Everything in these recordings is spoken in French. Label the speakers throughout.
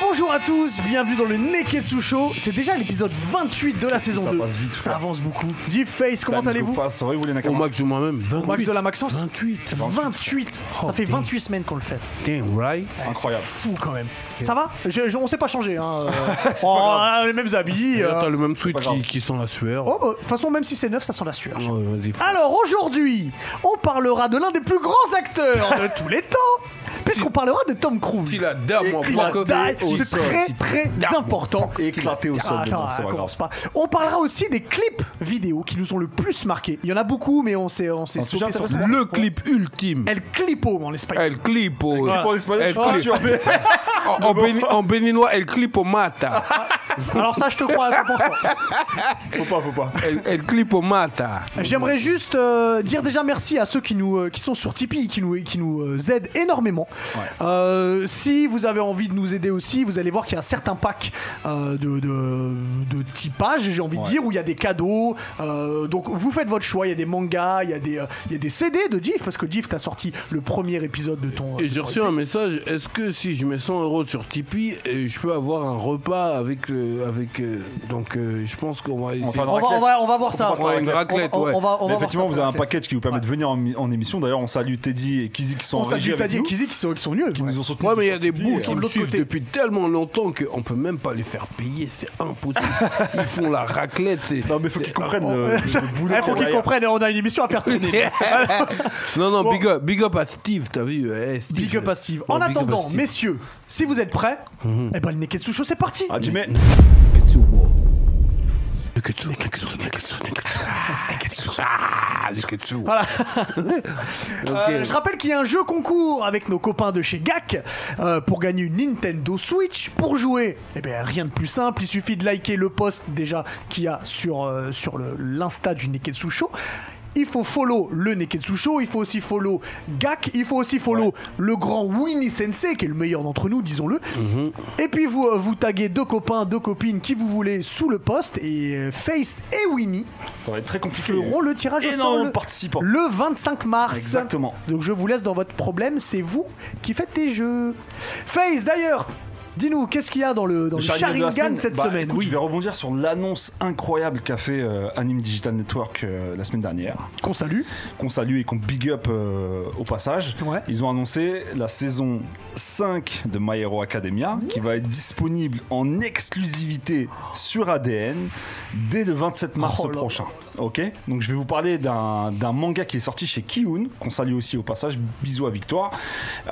Speaker 1: Bonjour à tous, bienvenue dans le Neketsu Show. C'est déjà l'épisode 28 de la saison
Speaker 2: Ça
Speaker 1: 2.
Speaker 2: passe vite,
Speaker 1: Ça
Speaker 2: frère.
Speaker 1: avance beaucoup. Deep Face, comment allez-vous
Speaker 3: Au max de moi-même, 28.
Speaker 1: Au max de la Maxence
Speaker 3: 28.
Speaker 1: 28 Ça
Speaker 3: hein. Oh,
Speaker 1: fait
Speaker 3: putain.
Speaker 1: 28 semaines qu'on le fait.
Speaker 3: Damn right.
Speaker 2: Incroyable.
Speaker 1: Fou quand même. Ça va Je- je- On s'est pas changé. Hein. euh. oh, on a les mêmes habits.
Speaker 3: Et
Speaker 1: euh.
Speaker 3: là, t'as le même tweet
Speaker 2: pas grave.
Speaker 3: qui, qui sent la sueur.
Speaker 1: Oh, bah, de toute façon, même si c'est neuf, ça sent la sueur.
Speaker 3: Ouais, vas-y, fou.
Speaker 1: Alors aujourd'hui, on parlera de l'un des plus grands acteurs de tous les temps, puisqu'on parlera de Tom Cruise.
Speaker 3: Il a dame en
Speaker 1: Il a
Speaker 3: Franco-
Speaker 1: dalle,
Speaker 3: au
Speaker 1: c'est
Speaker 3: sol.
Speaker 1: très très important.
Speaker 2: ah, Éclaté au
Speaker 1: Ah,
Speaker 2: sol, mais
Speaker 1: attends,
Speaker 2: bon, c'est pas
Speaker 1: commence pas. On parlera aussi des clips vidéo qui nous ont le plus marqué. Il y en a beaucoup, mais on s'est on s'est
Speaker 2: Un sujet
Speaker 1: stoppé sur
Speaker 2: intéressant.
Speaker 3: Le clip ultime.
Speaker 1: El Clipo en espagnol.
Speaker 3: El clipo.
Speaker 1: clipo en
Speaker 2: espagnol,
Speaker 3: El
Speaker 2: je suis pas
Speaker 3: clip.
Speaker 2: sûr, mais-
Speaker 3: En, en béni- en béninois, el clipo mata.
Speaker 1: Alors ça, je te crois à 100%.
Speaker 2: Faut pas, faut pas.
Speaker 3: El, el clipo mata.
Speaker 1: J'aimerais juste euh, dire déjà merci à ceux qui nous euh, qui sont sur Tipeee, qui nous qui nous euh, aident énormément. Euh, si vous avez envie de nous aider aussi, vous allez voir qu'il y a certains packs euh, de, de, de typage, j'ai envie de dire, où il y a des cadeaux. Euh, donc vous faites votre choix. Il y a des mangas, il y a des euh, il y a des CD de Diff parce que Diff t'as sorti le premier épisode de ton. euh,
Speaker 3: Et j'ai reçu un message, est-ce que si je mets 100 euros sur Tipeee, euh, je peux avoir un repas avec... le- avec euh, donc euh, je pense qu'on va essayer.
Speaker 2: fera une
Speaker 1: on, va, on, va, on va voir
Speaker 2: On
Speaker 1: ça.
Speaker 2: passe à la
Speaker 3: une raclette,
Speaker 1: on va-
Speaker 3: ouais.
Speaker 1: on va- on va
Speaker 2: Mais
Speaker 1: voir
Speaker 2: effectivement,
Speaker 1: ça pour
Speaker 2: vous avez
Speaker 1: la
Speaker 2: un
Speaker 1: raclette.
Speaker 2: package qui vous permet de venir en, en émission. D'ailleurs, on salue Teddy et Kizik qui sont
Speaker 1: On
Speaker 2: en régie
Speaker 1: s'agit t'as
Speaker 2: avec
Speaker 1: dit
Speaker 2: nous.
Speaker 1: qui qui sont qui sont nuls.
Speaker 2: Qui nous ont soutenus
Speaker 3: Ouais, mais il y
Speaker 2: sur
Speaker 3: a des
Speaker 2: Tipeee,
Speaker 3: bouts
Speaker 2: euh,
Speaker 3: qui me hein. suivent depuis tellement longtemps qu'on peut même pas les faire payer, c'est impossible. Ils font la raclette. et-
Speaker 2: Non, mais faut qu'ils
Speaker 3: c'est-
Speaker 2: comprennent
Speaker 3: Oh.
Speaker 2: euh, le, le
Speaker 1: Il
Speaker 2: boulot.
Speaker 1: Ah, faut
Speaker 2: qu'il y a
Speaker 1: qu'ils
Speaker 2: derrière.
Speaker 1: comprennent, on a une émission à faire tourner.
Speaker 3: non, non,
Speaker 1: Bon.
Speaker 3: big, up, big up à Steve, t'as vu eh, Steve,
Speaker 1: Big up à Steve. En
Speaker 3: Ouais, big up à
Speaker 1: attendant,
Speaker 3: Steve.
Speaker 1: messieurs, si vous êtes prêts, eh ben le Neketsu Show, c'est parti
Speaker 2: Ah, Jimmy,
Speaker 3: Neketsu, Neketsu, Neketsu, Neketsu. Ah, Neketsu. Ah, Neketsu.
Speaker 1: Voilà. Euh,
Speaker 3: Ok.
Speaker 1: je rappelle qu'il y a un jeu concours avec nos copains de chez GAC euh, pour gagner une Nintendo Switch. Pour jouer, eh bien, rien de plus simple. Il suffit de liker le post déjà qu'il y a sur, euh, sur le- l'Insta du Neketsu Show. Il faut follow le Neketsu Show, il faut aussi follow GAC, il faut aussi follow le grand Winnie Sensei, qui est le meilleur d'entre nous, disons-le. Et puis vous, euh, vous taguez deux copains, deux copines qui vous voulez sous le post, et euh, Face et Winnie
Speaker 2: ça va être très compliqué.
Speaker 1: feront le tirage au
Speaker 2: Énormément
Speaker 1: sort
Speaker 2: de
Speaker 1: le-
Speaker 2: participants.
Speaker 1: le 25 mars.
Speaker 2: Exactement.
Speaker 1: Donc je vous laisse dans votre problème, c'est vous qui faites les jeux. Face d'ailleurs, dis-nous qu'est-ce qu'il y a dans le, dans le
Speaker 2: Sharingan de la
Speaker 1: Sharingan cette
Speaker 2: Bah,
Speaker 1: semaine
Speaker 2: écoute,
Speaker 1: Oui,
Speaker 2: Je vais rebondir sur l'annonce incroyable qu'a fait euh, Anime Digital Network euh, la semaine dernière.
Speaker 1: qu'on salue.
Speaker 2: qu'on salue et qu'on big up euh, au passage.
Speaker 1: Ouais.
Speaker 2: Ils ont annoncé la saison 5 de My Hero Academia
Speaker 1: Mmh.
Speaker 2: qui va être disponible en exclusivité sur ADN dès le 27 mars
Speaker 1: Oh là là.
Speaker 2: prochain. Ok Donc je vais vous parler d'un d'un manga qui est sorti chez Kiun, qu'on salue aussi au passage, bisous à Victoire,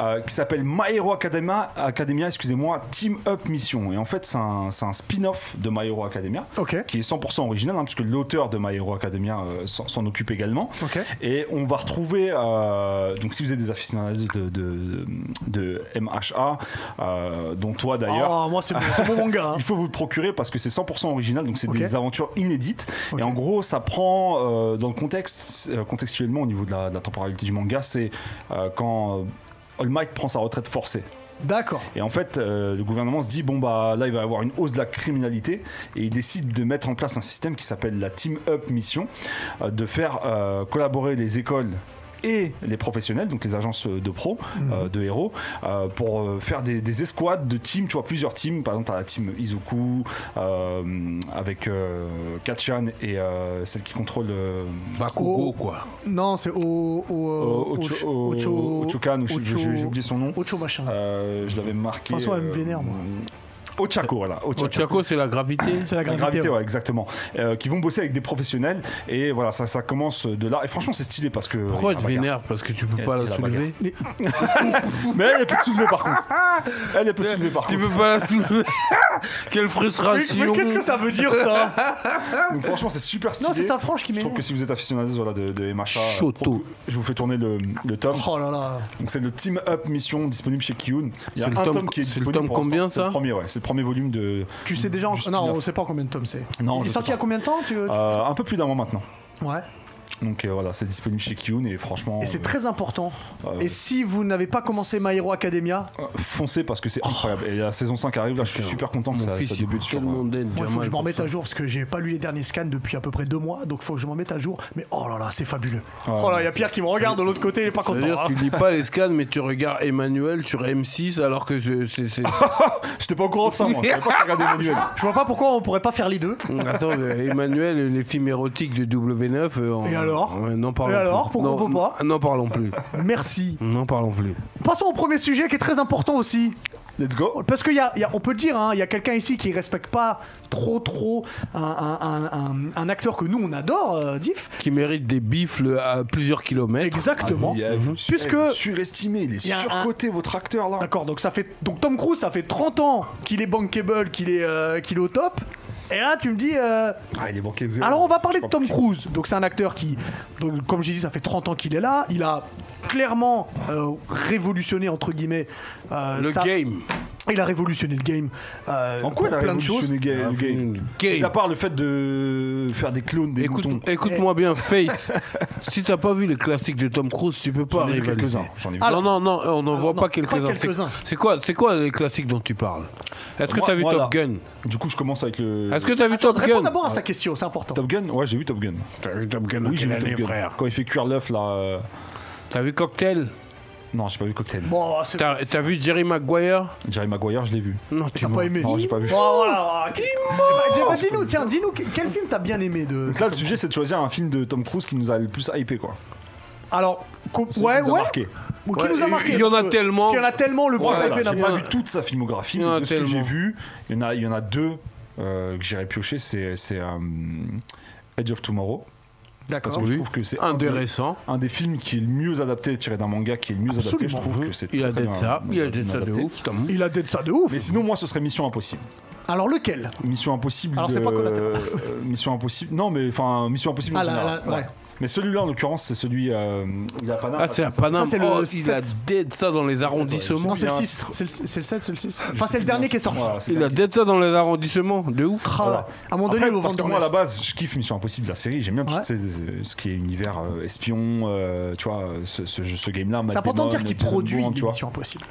Speaker 2: euh, qui s'appelle My Hero Academia, Academia excusez-moi, Team Up Mission. Et en fait, c'est un, c'est un spin-off de My Hero Academia
Speaker 1: Ok.
Speaker 2: qui est 100% original, hein, puisque l'auteur de My Hero Academia euh, s'en s'en occupe également.
Speaker 1: Ok.
Speaker 2: Et on va retrouver, euh, donc si vous êtes des aficionados de, de, de MHA, euh, dont toi d'ailleurs,
Speaker 1: Oh, moi c'est mon, c'est mon manga. hein.
Speaker 2: il faut vous le procurer parce que c'est 100% original, donc c'est
Speaker 1: Ok.
Speaker 2: des aventures inédites.
Speaker 1: Ok.
Speaker 2: Et en gros, ça prend euh, dans le contexte, euh, contextuellement au niveau de la, de la temporalité du manga, c'est euh, quand euh, All Might prend sa retraite forcée.
Speaker 1: D'accord.
Speaker 2: Et en fait, euh, le gouvernement se dit bon bah là il va y avoir une hausse de la criminalité et il décide de mettre en place un système qui s'appelle la Team Up Mission, euh, de faire euh, collaborer les écoles et les professionnels, donc les agences de pro, euh, de héros, euh, pour euh, faire des, des escouades de teams, tu vois, plusieurs teams, par exemple, t'as la team Izuku, euh, avec euh, Katchan et euh, celle qui contrôle euh,
Speaker 3: Bakugo,
Speaker 1: Oh.
Speaker 3: quoi.
Speaker 1: Non, c'est au. Au.
Speaker 2: euh, Ocho-
Speaker 1: Ocho-
Speaker 2: Ochokan, ou je-
Speaker 1: Ocho-
Speaker 2: j'ai j'ai oublié son nom,
Speaker 1: Ocho machin.
Speaker 2: Euh, je l'avais marqué. euh,
Speaker 1: François, elle me vénère, moi.
Speaker 2: Ochako, voilà. Ochako.
Speaker 3: Ochako, c'est la gravité.
Speaker 1: c'est la
Speaker 2: La
Speaker 1: gravité.
Speaker 2: gravité,
Speaker 1: ouais.
Speaker 2: ouais, exactement. Euh, qui vont bosser avec des professionnels. Et voilà, ça, ça commence de là. Et franchement, c'est stylé parce que.
Speaker 3: Pourquoi
Speaker 2: il y a
Speaker 3: tu
Speaker 2: la bagarre.
Speaker 3: vénères Parce que tu
Speaker 2: Et
Speaker 3: peux pas la
Speaker 2: la
Speaker 3: soulever.
Speaker 2: Mais elle est plus soulevée par contre. Elle est plus soulevée par
Speaker 3: Tu
Speaker 2: contre.
Speaker 3: peux pas la soulever. Quelle
Speaker 1: Mais,
Speaker 3: frustration.
Speaker 1: mais qu'est-ce que ça veut dire ça
Speaker 2: Donc franchement, c'est super stylé.
Speaker 1: Non, c'est sa frange qui
Speaker 2: Je trouve
Speaker 1: m'énerve.
Speaker 2: que si vous êtes aficionados voilà, de, de MHA, euh,
Speaker 3: Choto.
Speaker 2: procu- je vous fais tourner le, le tome.
Speaker 1: Oh là là.
Speaker 2: Donc c'est le Team Up Mission disponible chez Kiyun. Il y a
Speaker 3: C'est
Speaker 2: un
Speaker 3: le
Speaker 2: tome,
Speaker 3: tome-
Speaker 2: qui est
Speaker 3: c'est le
Speaker 2: disponible.
Speaker 3: tome
Speaker 2: pour l'instant.
Speaker 3: combien,
Speaker 2: C'est le
Speaker 3: ça
Speaker 2: premier, ouais. C'est le premier volume de.
Speaker 1: Tu sais déjà.
Speaker 2: du
Speaker 1: Non,
Speaker 2: spin-off.
Speaker 1: on sait pas en combien de tomes c'est.
Speaker 2: Non,
Speaker 1: Il est
Speaker 2: je sais
Speaker 1: sorti
Speaker 2: pas.
Speaker 1: à combien de temps tu...
Speaker 2: Euh, un peu plus d'un mois maintenant.
Speaker 1: Ouais.
Speaker 2: Donc euh, voilà, c'est disponible chez Kiyun et franchement,
Speaker 1: Et c'est
Speaker 2: euh,
Speaker 1: très important.
Speaker 3: Ah
Speaker 2: euh,
Speaker 1: Et si vous n'avez pas commencé My Hero Academia,
Speaker 2: euh, foncez parce que c'est incroyable. Et la saison 5 arrive là, je suis super content que
Speaker 3: Mon
Speaker 2: ça,
Speaker 3: fils,
Speaker 2: ça
Speaker 3: il prend
Speaker 2: débute sur. euh,
Speaker 3: tellement d'aide,
Speaker 1: moi, il faut
Speaker 3: Jamal,
Speaker 1: que je m'en
Speaker 3: pour
Speaker 1: remette
Speaker 3: ça.
Speaker 1: à jour parce que j'ai pas lu les derniers scans depuis à peu près deux mois, donc faut que je m'en mette à jour. Mais oh là là, c'est fabuleux.
Speaker 3: Ah,
Speaker 1: oh là, il y a Pierre qui me regarde de l'autre côté, il est pas content.
Speaker 3: C'est-à-dire,
Speaker 1: hein.
Speaker 3: tu lis pas les scans, mais tu regardes Emmanuel sur M6 alors que c'est- c'est. c'est-
Speaker 2: J'étais pas au courant de ça, moi. J'avais pas regardé Emmanuel.
Speaker 1: Je vois pas pourquoi on pourrait pas faire les deux.
Speaker 3: Attends, mais Emmanuel, les films érotiques de W9. euh, en-
Speaker 1: Et alors
Speaker 3: Ouais, N'en parlons
Speaker 1: Et alors,
Speaker 3: plus.
Speaker 1: pourquoi
Speaker 3: Non,
Speaker 1: on peut pas
Speaker 3: n- N'en parlons plus.
Speaker 1: Merci.
Speaker 3: N'en parlons plus.
Speaker 1: Passons au premier sujet qui est très important aussi.
Speaker 2: Let's go.
Speaker 1: Parce qu'il y a, il y a- on peut le dire, hein, il y a quelqu'un ici qui respecte pas trop, trop un, un- un- un- un acteur que nous on adore, euh, Diff.
Speaker 3: Qui mérite des bifles à plusieurs kilomètres.
Speaker 1: Exactement.
Speaker 2: Vas-y, euh, vous-
Speaker 1: Puisque-
Speaker 2: eh, vous Surestimé, il est
Speaker 1: Il y a un-
Speaker 2: surcoté, votre acteur là.
Speaker 1: D'accord, donc ça fait donc Tom Cruise, ça fait 30 ans qu'il est bankable, qu'il est, euh, qu'il est au top. Et là, tu me dis. euh,
Speaker 2: Ah, il est banqué.
Speaker 1: Alors, on va parler de Tom Cruise. Donc, c'est un acteur qui, donc, comme j'ai dit, ça fait 30 ans qu'il est là. Il a clairement euh, révolutionné, entre guillemets, euh,
Speaker 3: Le
Speaker 1: ça-
Speaker 3: game.
Speaker 1: Il a révolutionné le game. euh,
Speaker 2: En quoi il
Speaker 1: pour
Speaker 2: a
Speaker 1: plein de choses.
Speaker 2: révolutionné Ga- le
Speaker 3: Game.
Speaker 2: game Mis à part le fait de faire des clowns, des
Speaker 3: Écoute-
Speaker 2: moutons.
Speaker 3: Écoute-moi bien, Face. si t'as pas vu les classiques de Tom Cruise, tu peux pas
Speaker 2: J'en ai vu
Speaker 3: rivaliser.
Speaker 2: quelques-uns. J'en ai vu.
Speaker 3: non, non, non, on n'en voit
Speaker 1: non,
Speaker 3: pas
Speaker 1: pas
Speaker 3: quelques-uns. C'est-
Speaker 1: quelques-uns.
Speaker 3: C'est quoi, c'est quoi les classiques dont tu parles Est-ce que
Speaker 2: Moi-
Speaker 3: t'as vu
Speaker 2: moi,
Speaker 3: Top
Speaker 2: là.
Speaker 3: Gun
Speaker 2: Du coup, je commence avec le.
Speaker 3: Est-ce que t'as vu Top
Speaker 1: Réponds
Speaker 3: Gun
Speaker 1: d'abord à sa question, c'est important.
Speaker 2: Top Gun Ouais, j'ai vu Top Gun.
Speaker 3: T'as vu Top Gun hein
Speaker 2: Oui, j'ai vu Top Gun. Quand il fait cuire l'œuf là. euh,
Speaker 3: T'as vu Cocktail
Speaker 2: Non, j'ai pas vu Cocktail.
Speaker 1: Bon, c'est-
Speaker 3: T'as t'as vu Jerry Maguire
Speaker 2: Jerry Maguire, je l'ai vu.
Speaker 3: Non, tu
Speaker 1: t'as pas
Speaker 3: mens.
Speaker 1: aimé.
Speaker 2: Non, j'ai pas vu.
Speaker 1: Bon, voilà, voilà. Eh ben, eh ben, dis-nous, tiens, dis-nous que- quel film t'as bien aimé de.
Speaker 2: Donc là, le sujet, c'est de choisir un film de Tom Cruise qui nous a le plus hypé, quoi.
Speaker 1: Alors, co-
Speaker 2: Celui
Speaker 1: ouais,
Speaker 2: qui nous a
Speaker 1: ouais.
Speaker 2: marqué.
Speaker 1: Ou qui
Speaker 3: Ouais,
Speaker 1: nous a
Speaker 3: il-
Speaker 1: marqué.
Speaker 3: il y en a
Speaker 1: parce que-
Speaker 3: tellement.
Speaker 1: parce qu'il y en a tellement, le
Speaker 2: Moi,
Speaker 1: point hypé
Speaker 2: voilà,
Speaker 1: n'a
Speaker 2: j'ai
Speaker 1: pas-
Speaker 2: pas vu toute sa filmographie,
Speaker 3: Il y en a
Speaker 2: mais de ce que
Speaker 3: tellement.
Speaker 2: j'ai vu, il y en a, il y en a deux euh, que j'irai piocher, c'est c'est, euh, Edge of Tomorrow. Parce
Speaker 1: D'accord.
Speaker 2: que je
Speaker 3: Ah Oui.
Speaker 2: trouve que c'est un, des-
Speaker 3: Intéressant.
Speaker 2: un des films qui est le mieux adapté tiré d'un manga qui est le mieux adapté. Je
Speaker 1: Absolument.
Speaker 2: trouve que c'est
Speaker 3: Il a
Speaker 2: très
Speaker 3: dit
Speaker 2: bien,
Speaker 3: ça,
Speaker 2: euh,
Speaker 3: il a
Speaker 2: bien
Speaker 3: dit ça de
Speaker 2: adapté.
Speaker 3: ouf. t'as mou-
Speaker 1: Il a dit ça de ouf.
Speaker 2: Mais sinon, moi, ce serait Mission Impossible.
Speaker 1: Alors, lequel
Speaker 2: Mission Impossible.
Speaker 1: Alors, c'est pas collatéral.
Speaker 2: euh, Mission Impossible. Non, mais enfin, Mission Impossible en
Speaker 1: Ah, là,
Speaker 2: général.
Speaker 1: là, ouais.
Speaker 2: Mais celui-là, en l'occurrence, c'est celui. euh, il a pas
Speaker 3: Ah, c'est à Paname.
Speaker 1: Ça, c'est le
Speaker 3: Oh, il a
Speaker 1: sept.
Speaker 3: dead ça dans les arrondissements.
Speaker 1: Non, c'est le
Speaker 2: Il y a un
Speaker 1: 6. C'est le, c'est le 7, c'est le 6. Enfin, c'est le dernier qui est sorti.
Speaker 2: Voilà, c'est
Speaker 3: Il a dead ça dans les arrondissements. De ouf.
Speaker 1: Ah,
Speaker 2: Voilà.
Speaker 1: À un moment donné,
Speaker 2: Après,
Speaker 1: il va
Speaker 2: parce que
Speaker 1: vendre
Speaker 2: moi à la
Speaker 1: là-bas.
Speaker 2: base, je kiffe Mission Impossible la série. J'aime bien tout
Speaker 1: Ouais.
Speaker 2: ces- euh, ce qui est univers euh, espion, euh, tu vois, ce, ce, ce game-là. Matt
Speaker 1: C'est important de
Speaker 2: Damon,
Speaker 1: dire qu'il
Speaker 2: Jason
Speaker 1: produit
Speaker 2: Bourne,
Speaker 1: des
Speaker 2: tu vois.
Speaker 1: missions impossibles.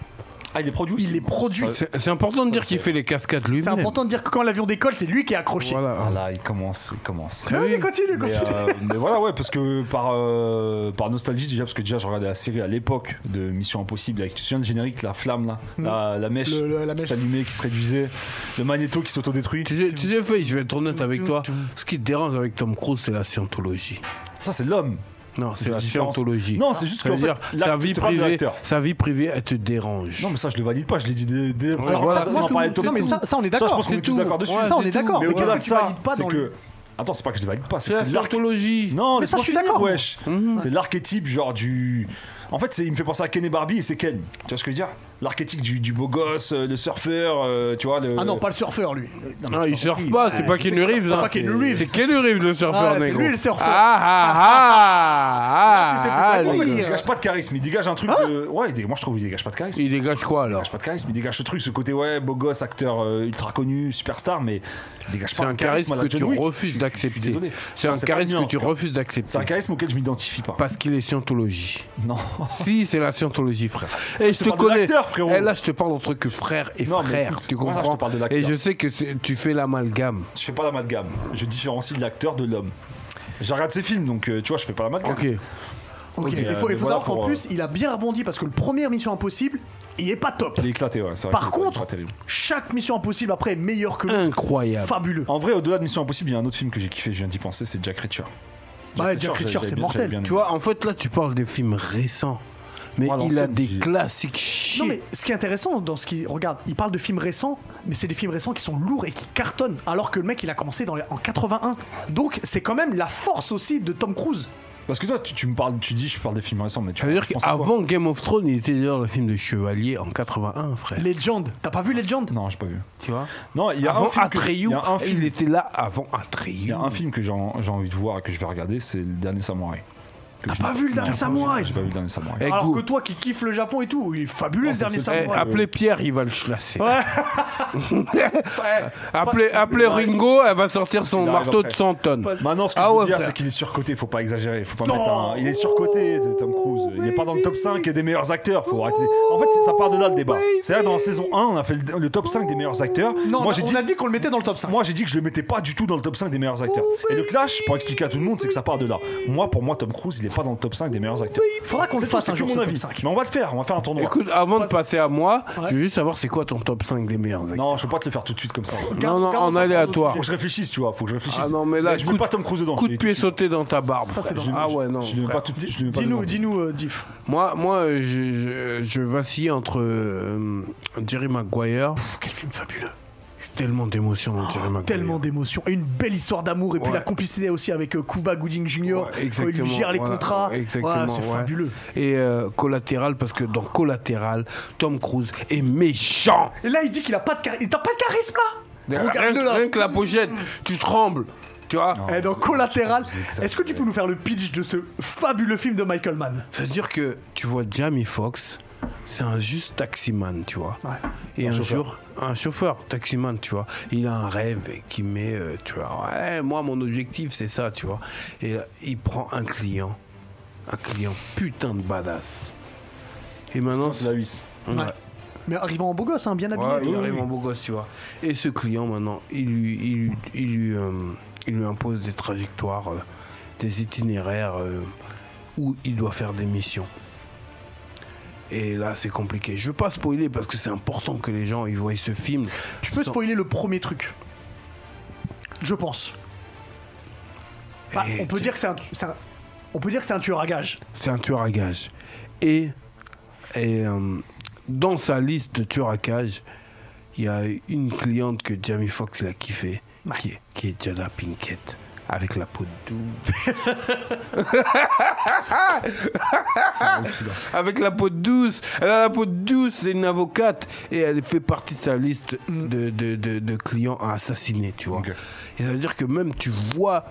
Speaker 2: Ah, il est produit.
Speaker 1: Il les produit.
Speaker 2: Ça-
Speaker 3: C'est c'est important de dire qu'il fait les cascades lui-même.
Speaker 1: C'est important de dire que quand l'avion décolle, c'est lui qui est accroché.
Speaker 3: Voilà.
Speaker 2: Voilà, Ah il commence, il commence.
Speaker 1: Ah oui,
Speaker 3: Oui.
Speaker 1: continue,
Speaker 2: Mais,
Speaker 1: continue.
Speaker 2: euh, mais voilà, ouais, parce que par, euh, par nostalgie déjà, parce que déjà je regardais la série à l'époque de Mission Impossible avec, tu te souviens, le générique, la flamme là, la, la mèche,
Speaker 1: Hmm. Le- le- la mèche.
Speaker 2: qui s'allumait, qui se réduisait, le magnéto qui s'autodétruit.
Speaker 3: Tu sais, tu sais, Faye, je vais être honnête avec toi. Ce qui te dérange avec Tom Cruise, c'est la scientologie.
Speaker 2: Ça, c'est l'homme.
Speaker 3: Non, c'est
Speaker 2: la
Speaker 3: la
Speaker 2: différence.
Speaker 3: scientologie.
Speaker 2: Non, c'est juste
Speaker 3: Ça veut
Speaker 2: qu'en fait,
Speaker 3: dire, sa
Speaker 2: l'acteur-
Speaker 3: vie
Speaker 2: je te parle de
Speaker 3: privée,
Speaker 2: l'acteur.
Speaker 3: sa vie privée, elle te dérange.
Speaker 2: Non, mais ça, je le valide pas, je l'ai dit dès. dès-
Speaker 3: Ouais,
Speaker 2: Alors,
Speaker 3: voilà.
Speaker 2: ça, on
Speaker 1: Moi,
Speaker 2: en
Speaker 1: je
Speaker 2: parlait
Speaker 1: te-
Speaker 2: tout
Speaker 1: non, mais
Speaker 2: le
Speaker 1: ça-
Speaker 2: monde.
Speaker 1: ça, on est
Speaker 2: Ça, je
Speaker 1: d'accord,
Speaker 2: pense qu'on
Speaker 1: c'est
Speaker 2: est tous
Speaker 1: tout.
Speaker 2: d'accord dessus.
Speaker 3: Ouais,
Speaker 1: Ça, on
Speaker 3: c'est
Speaker 1: est
Speaker 3: tout.
Speaker 1: d'accord.
Speaker 2: Mais
Speaker 1: Mais qu'est-ce
Speaker 2: au-delà de
Speaker 1: que tu
Speaker 2: ça,
Speaker 1: valides pas
Speaker 2: c'est
Speaker 1: dans
Speaker 2: que.
Speaker 1: le-
Speaker 2: Attends, c'est pas que je le valide pas, c'est
Speaker 3: c'est
Speaker 2: que
Speaker 3: la
Speaker 2: c'est l'arc-
Speaker 3: scientologie.
Speaker 2: Non,
Speaker 1: Mais ça,
Speaker 2: laisse-moi
Speaker 1: je suis
Speaker 2: finir,
Speaker 1: d'accord, Mhm. moi.
Speaker 2: wesh. C'est l'archétype, genre du. En fait, c'est, il me fait penser à Ken et Barbie et c'est Ken. Tu vois ce que je veux dire L'archétype du, du beau gosse, euh, le surfeur, euh, tu vois. Le...
Speaker 1: Ah non, pas le surfeur, lui.
Speaker 2: Non, Ah, mais
Speaker 3: Non,
Speaker 2: tu
Speaker 3: il
Speaker 2: m'as
Speaker 3: surfe
Speaker 2: compris.
Speaker 3: pas, c'est
Speaker 2: Ouais, je
Speaker 3: pas
Speaker 2: sais
Speaker 3: Keanu
Speaker 2: que ça-
Speaker 3: Reeves.
Speaker 2: pas
Speaker 3: hein.
Speaker 2: Keanu
Speaker 3: C'est
Speaker 2: Reeves.
Speaker 3: Keanu Reeves le surfeur,
Speaker 1: Ah, c'est
Speaker 3: négro.
Speaker 1: lui, le surfeur.
Speaker 3: Ah ah ah ah,
Speaker 1: tu sais, c'est
Speaker 3: les
Speaker 1: pas
Speaker 2: Il
Speaker 1: Keanu.
Speaker 3: gars.
Speaker 2: dégage pas de charisme, il dégage un truc
Speaker 3: Hein
Speaker 2: de. Ouais, il dé- moi je trouve qu'il dégage pas de charisme.
Speaker 3: Il dégage quoi
Speaker 2: Il
Speaker 3: alors
Speaker 2: dégage pas de charisme, il dégage ce truc, ce côté ouais, beau gosse, acteur euh, ultra connu, superstar, mais il dégage
Speaker 3: C'est
Speaker 2: pas
Speaker 3: un charisme
Speaker 2: à la
Speaker 3: que
Speaker 2: John
Speaker 3: tu
Speaker 2: Wick. Je
Speaker 3: refuses
Speaker 2: suis- je suis
Speaker 3: d'accepter.
Speaker 2: désolé.
Speaker 3: C'est
Speaker 2: Non,
Speaker 3: un
Speaker 2: pas le mien,
Speaker 3: charisme que
Speaker 2: en
Speaker 3: tu
Speaker 2: tout cas.
Speaker 3: refuses
Speaker 2: C'est
Speaker 3: d'accepter.
Speaker 2: un charisme auquel je m'identifie pas.
Speaker 3: Parce qu'il est scientologie.
Speaker 2: Non.
Speaker 3: Si, c'est la scientologie, frère. Et je te,
Speaker 2: Ah. Eh, te parle de
Speaker 3: connais.
Speaker 2: l'acteur, frérot.
Speaker 3: Et là, je te parle entre que frère et
Speaker 2: Non, mais
Speaker 3: frère.
Speaker 2: écoute,
Speaker 3: tu
Speaker 2: moi, là,
Speaker 3: comprends
Speaker 2: je te parle de l'acteur.
Speaker 3: Et je sais que c'est- tu fais l'amalgame.
Speaker 2: Je fais pas la l'amalgame. Je différencie de l'acteur de l'homme. Je regarde ses films, donc euh, tu vois, je fais pas la l'amalgame.
Speaker 3: Ok.
Speaker 1: Ok, il
Speaker 2: Ok,
Speaker 1: faut,
Speaker 2: euh,
Speaker 1: il faut
Speaker 2: mais voilà
Speaker 1: savoir qu'en
Speaker 2: pour,
Speaker 1: plus, il a bien rebondi parce que le premier Mission Impossible, il est pas top.
Speaker 2: Il est éclaté, ouais. c'est vrai
Speaker 1: Par
Speaker 2: qu'il est
Speaker 1: contre,
Speaker 2: pas terrible.
Speaker 1: chaque Mission Impossible après est meilleure que l'autre.
Speaker 3: Incroyable.
Speaker 1: Fabuleux.
Speaker 2: En vrai, au-delà de Mission Impossible, il y a un autre film que j'ai kiffé, je viens d'y penser, c'est Jack Reacher.
Speaker 1: Ouais, Bah, Jack
Speaker 2: j'avais-
Speaker 1: Reacher,
Speaker 2: j'avais
Speaker 1: c'est
Speaker 2: bien-
Speaker 1: mortel.
Speaker 2: j'avais bien
Speaker 3: Tu
Speaker 2: aimé.
Speaker 3: vois, en fait, là, tu parles des films récents. Mais
Speaker 2: Moi,
Speaker 3: il a
Speaker 2: l'ancienne,
Speaker 3: des
Speaker 2: j'ai-
Speaker 3: classiques shit.
Speaker 1: Non mais ce qui est intéressant dans ce qu'il regarde, il parle de films récents, mais c'est des films récents qui sont lourds et qui cartonnent, alors que le mec il a commencé dans les- en 81. Donc c'est quand même la force aussi de Tom Cruise.
Speaker 2: Parce que toi, tu, tu me parles, tu dis, je parle des films récents, mais tu
Speaker 3: Ça veut dire
Speaker 2: tu penses à quoi
Speaker 3: qu'avant Game of Thrones, il était déjà dans le film de Chevalier en 81, frère.
Speaker 1: Legend, t'as pas vu Legend
Speaker 2: Non, j'ai pas vu.
Speaker 3: Tu vois
Speaker 2: Non, il y a
Speaker 3: Avant
Speaker 2: un film. que-
Speaker 3: Atreyu, eh,
Speaker 2: il y a un
Speaker 3: il
Speaker 2: film.
Speaker 3: était là avant
Speaker 2: Il y
Speaker 3: Atreyu.
Speaker 2: a un film que j'ai en- j'ai envie de voir et que je vais regarder, c'est Le Dernier Samouraï. que
Speaker 1: T'as
Speaker 2: j'ai-
Speaker 1: pas vu le dernier
Speaker 2: Non,
Speaker 1: samouraï
Speaker 2: J'ai pas vu le dernier samouraï.
Speaker 3: Eh,
Speaker 1: Alors
Speaker 3: goût.
Speaker 1: que toi qui kiffes le Japon et tout, il est fabuleux
Speaker 2: Non,
Speaker 1: le
Speaker 2: ça,
Speaker 1: dernier
Speaker 2: c'est-
Speaker 3: Eh,
Speaker 1: samouraï.
Speaker 3: appelez Pierre, il va le chlasser.
Speaker 1: Ouais.
Speaker 3: appelez appelez Ringo, elle va sortir son
Speaker 2: Il arrive
Speaker 3: marteau de
Speaker 2: après.
Speaker 3: 100 tonnes.
Speaker 1: Pas-
Speaker 2: Maintenant, Bah ce que
Speaker 3: Ah
Speaker 2: je veux
Speaker 3: ouais,
Speaker 2: dire,
Speaker 3: frère.
Speaker 2: c'est qu'il est surcoté. Faut pas exagérer. Faut pas
Speaker 1: Non.
Speaker 2: mettre un. Il est surcoté, Tom Cruise. Il est pas dans le top 5 des meilleurs acteurs. Faut arrêter. En fait, c'est- ça part de là le débat. C'est là dans la saison 1, on a fait le, le top 5 des meilleurs acteurs.
Speaker 1: Non,
Speaker 2: moi,
Speaker 1: on, a,
Speaker 2: j'ai
Speaker 1: on
Speaker 2: dit.
Speaker 1: a dit qu'on le mettait dans le top 5.
Speaker 2: Moi j'ai dit que je le mettais pas du tout dans le top 5 des meilleurs acteurs.
Speaker 1: Oh,
Speaker 2: Et le clash, pour expliquer à tout le monde, c'est que ça part de là. Moi pour moi Tom Cruise il est pas dans le top 5 des meilleurs acteurs.
Speaker 1: faudra qu'on
Speaker 2: C'est
Speaker 1: le
Speaker 2: tout,
Speaker 1: fasse
Speaker 2: c'est
Speaker 1: un
Speaker 2: que
Speaker 1: jour,
Speaker 2: mon
Speaker 1: ce
Speaker 2: avis.
Speaker 1: top 5.
Speaker 2: Mais on va le faire, on va faire un tournoi.
Speaker 3: Écoute, avant de passer à moi,
Speaker 1: Ouais.
Speaker 3: je veux juste savoir c'est quoi ton top 5 des meilleurs acteurs.
Speaker 2: Non, je peux pas te le faire tout de suite comme ça.
Speaker 3: Non, non, en aléatoire.
Speaker 2: Faut que je réfléchisse, tu vois, faut que je réfléchisse.
Speaker 3: Ah non, mais là,
Speaker 2: je
Speaker 3: coup
Speaker 2: mets
Speaker 3: de-
Speaker 2: pas Tom Cruise dedans.
Speaker 3: Coup
Speaker 2: je
Speaker 3: de
Speaker 2: l'ai
Speaker 3: pied
Speaker 2: tout de
Speaker 3: sauté dans ta barbe.
Speaker 1: Ça, c'est
Speaker 3: frère.
Speaker 2: suite. Je l'ai-
Speaker 3: ah ouais, non.
Speaker 2: Je ne
Speaker 3: frère.
Speaker 2: pas tout de suite. je le mets pas
Speaker 1: Dis-nous,
Speaker 2: dedans.
Speaker 1: dis-nous, euh, Diff.
Speaker 3: Moi, moi je, je, je vacillais entre euh, Jerry Maguire.
Speaker 1: Pff, quel film fabuleux.
Speaker 3: Tellement d'émotions dans
Speaker 2: Oh,
Speaker 3: Jerry Maguire.
Speaker 1: Tellement d'émotions. Et une belle histoire d'amour. Et puis
Speaker 3: Ouais.
Speaker 1: la complicité aussi avec euh, Cuba Gooding Jr.
Speaker 3: Ouais,
Speaker 1: quand il
Speaker 3: exactement,
Speaker 1: lui gère les
Speaker 3: voilà,
Speaker 1: contrats.
Speaker 3: ouais, exactement,
Speaker 1: Ouais, c'est
Speaker 3: ouais.
Speaker 1: fabuleux.
Speaker 3: Et euh, collatéral, parce que dans collatéral, Tom Cruise est méchant.
Speaker 1: Et là, il dit qu'il a pas de charisme. T'as pas de charisme là
Speaker 3: Rien,
Speaker 1: Regarde-le
Speaker 3: que-
Speaker 1: là.
Speaker 3: rien que la pochette, tu trembles. Tu vois
Speaker 1: Eh, dans collatéral.
Speaker 2: Je sais pas si c'est
Speaker 1: Est-ce que tu peux nous faire le pitch de ce fabuleux film de Michael Mann
Speaker 3: C'est-à-dire que tu vois Jamie Foxx, c'est un juste taximan, tu vois.
Speaker 1: Ouais.
Speaker 3: Et un, jour, un chauffeur, taximan, tu vois, il a un rêve qui met, euh, tu vois, ouais, moi mon objectif c'est ça, tu vois. Et là, il prend un client, un client putain de badass. Et maintenant,
Speaker 2: C'est la huisse.
Speaker 3: Ouais.
Speaker 1: Ouais. Mais arrivant en beau gosse, hein, bien habillé.
Speaker 3: Ouais,
Speaker 1: et tout.
Speaker 3: il
Speaker 2: oui,
Speaker 3: arrive
Speaker 2: oui.
Speaker 3: en beau gosse, tu vois. Et ce client, maintenant, il lui, il lui, il lui, euh, il lui impose des trajectoires, euh, des itinéraires euh, où il doit faire des missions. Et là, c'est compliqué. Je veux pas spoiler parce que c'est important que les gens ils voient ce film.
Speaker 1: Tu peux spoiler le premier truc. Je pense. Bah,
Speaker 3: Et
Speaker 1: on peut
Speaker 3: Eh, tu-
Speaker 1: dire que c'est un, c'est un- on peut dire que c'est un tueur à gage.
Speaker 3: C'est un tueur à gage. Et, et euh, dans sa liste de tueurs à gage, il y a une cliente que Jamie Foxx l'a kiffé, qui, est- qui est Jada Pinkett, avec la peau douce.
Speaker 2: Ah
Speaker 3: avec la peau douce. Elle a la peau douce, c'est une avocate. Et elle fait partie de sa liste de, de- de- de clients à assassiner, tu vois.
Speaker 2: Ok.
Speaker 3: Et ça veut dire que même tu vois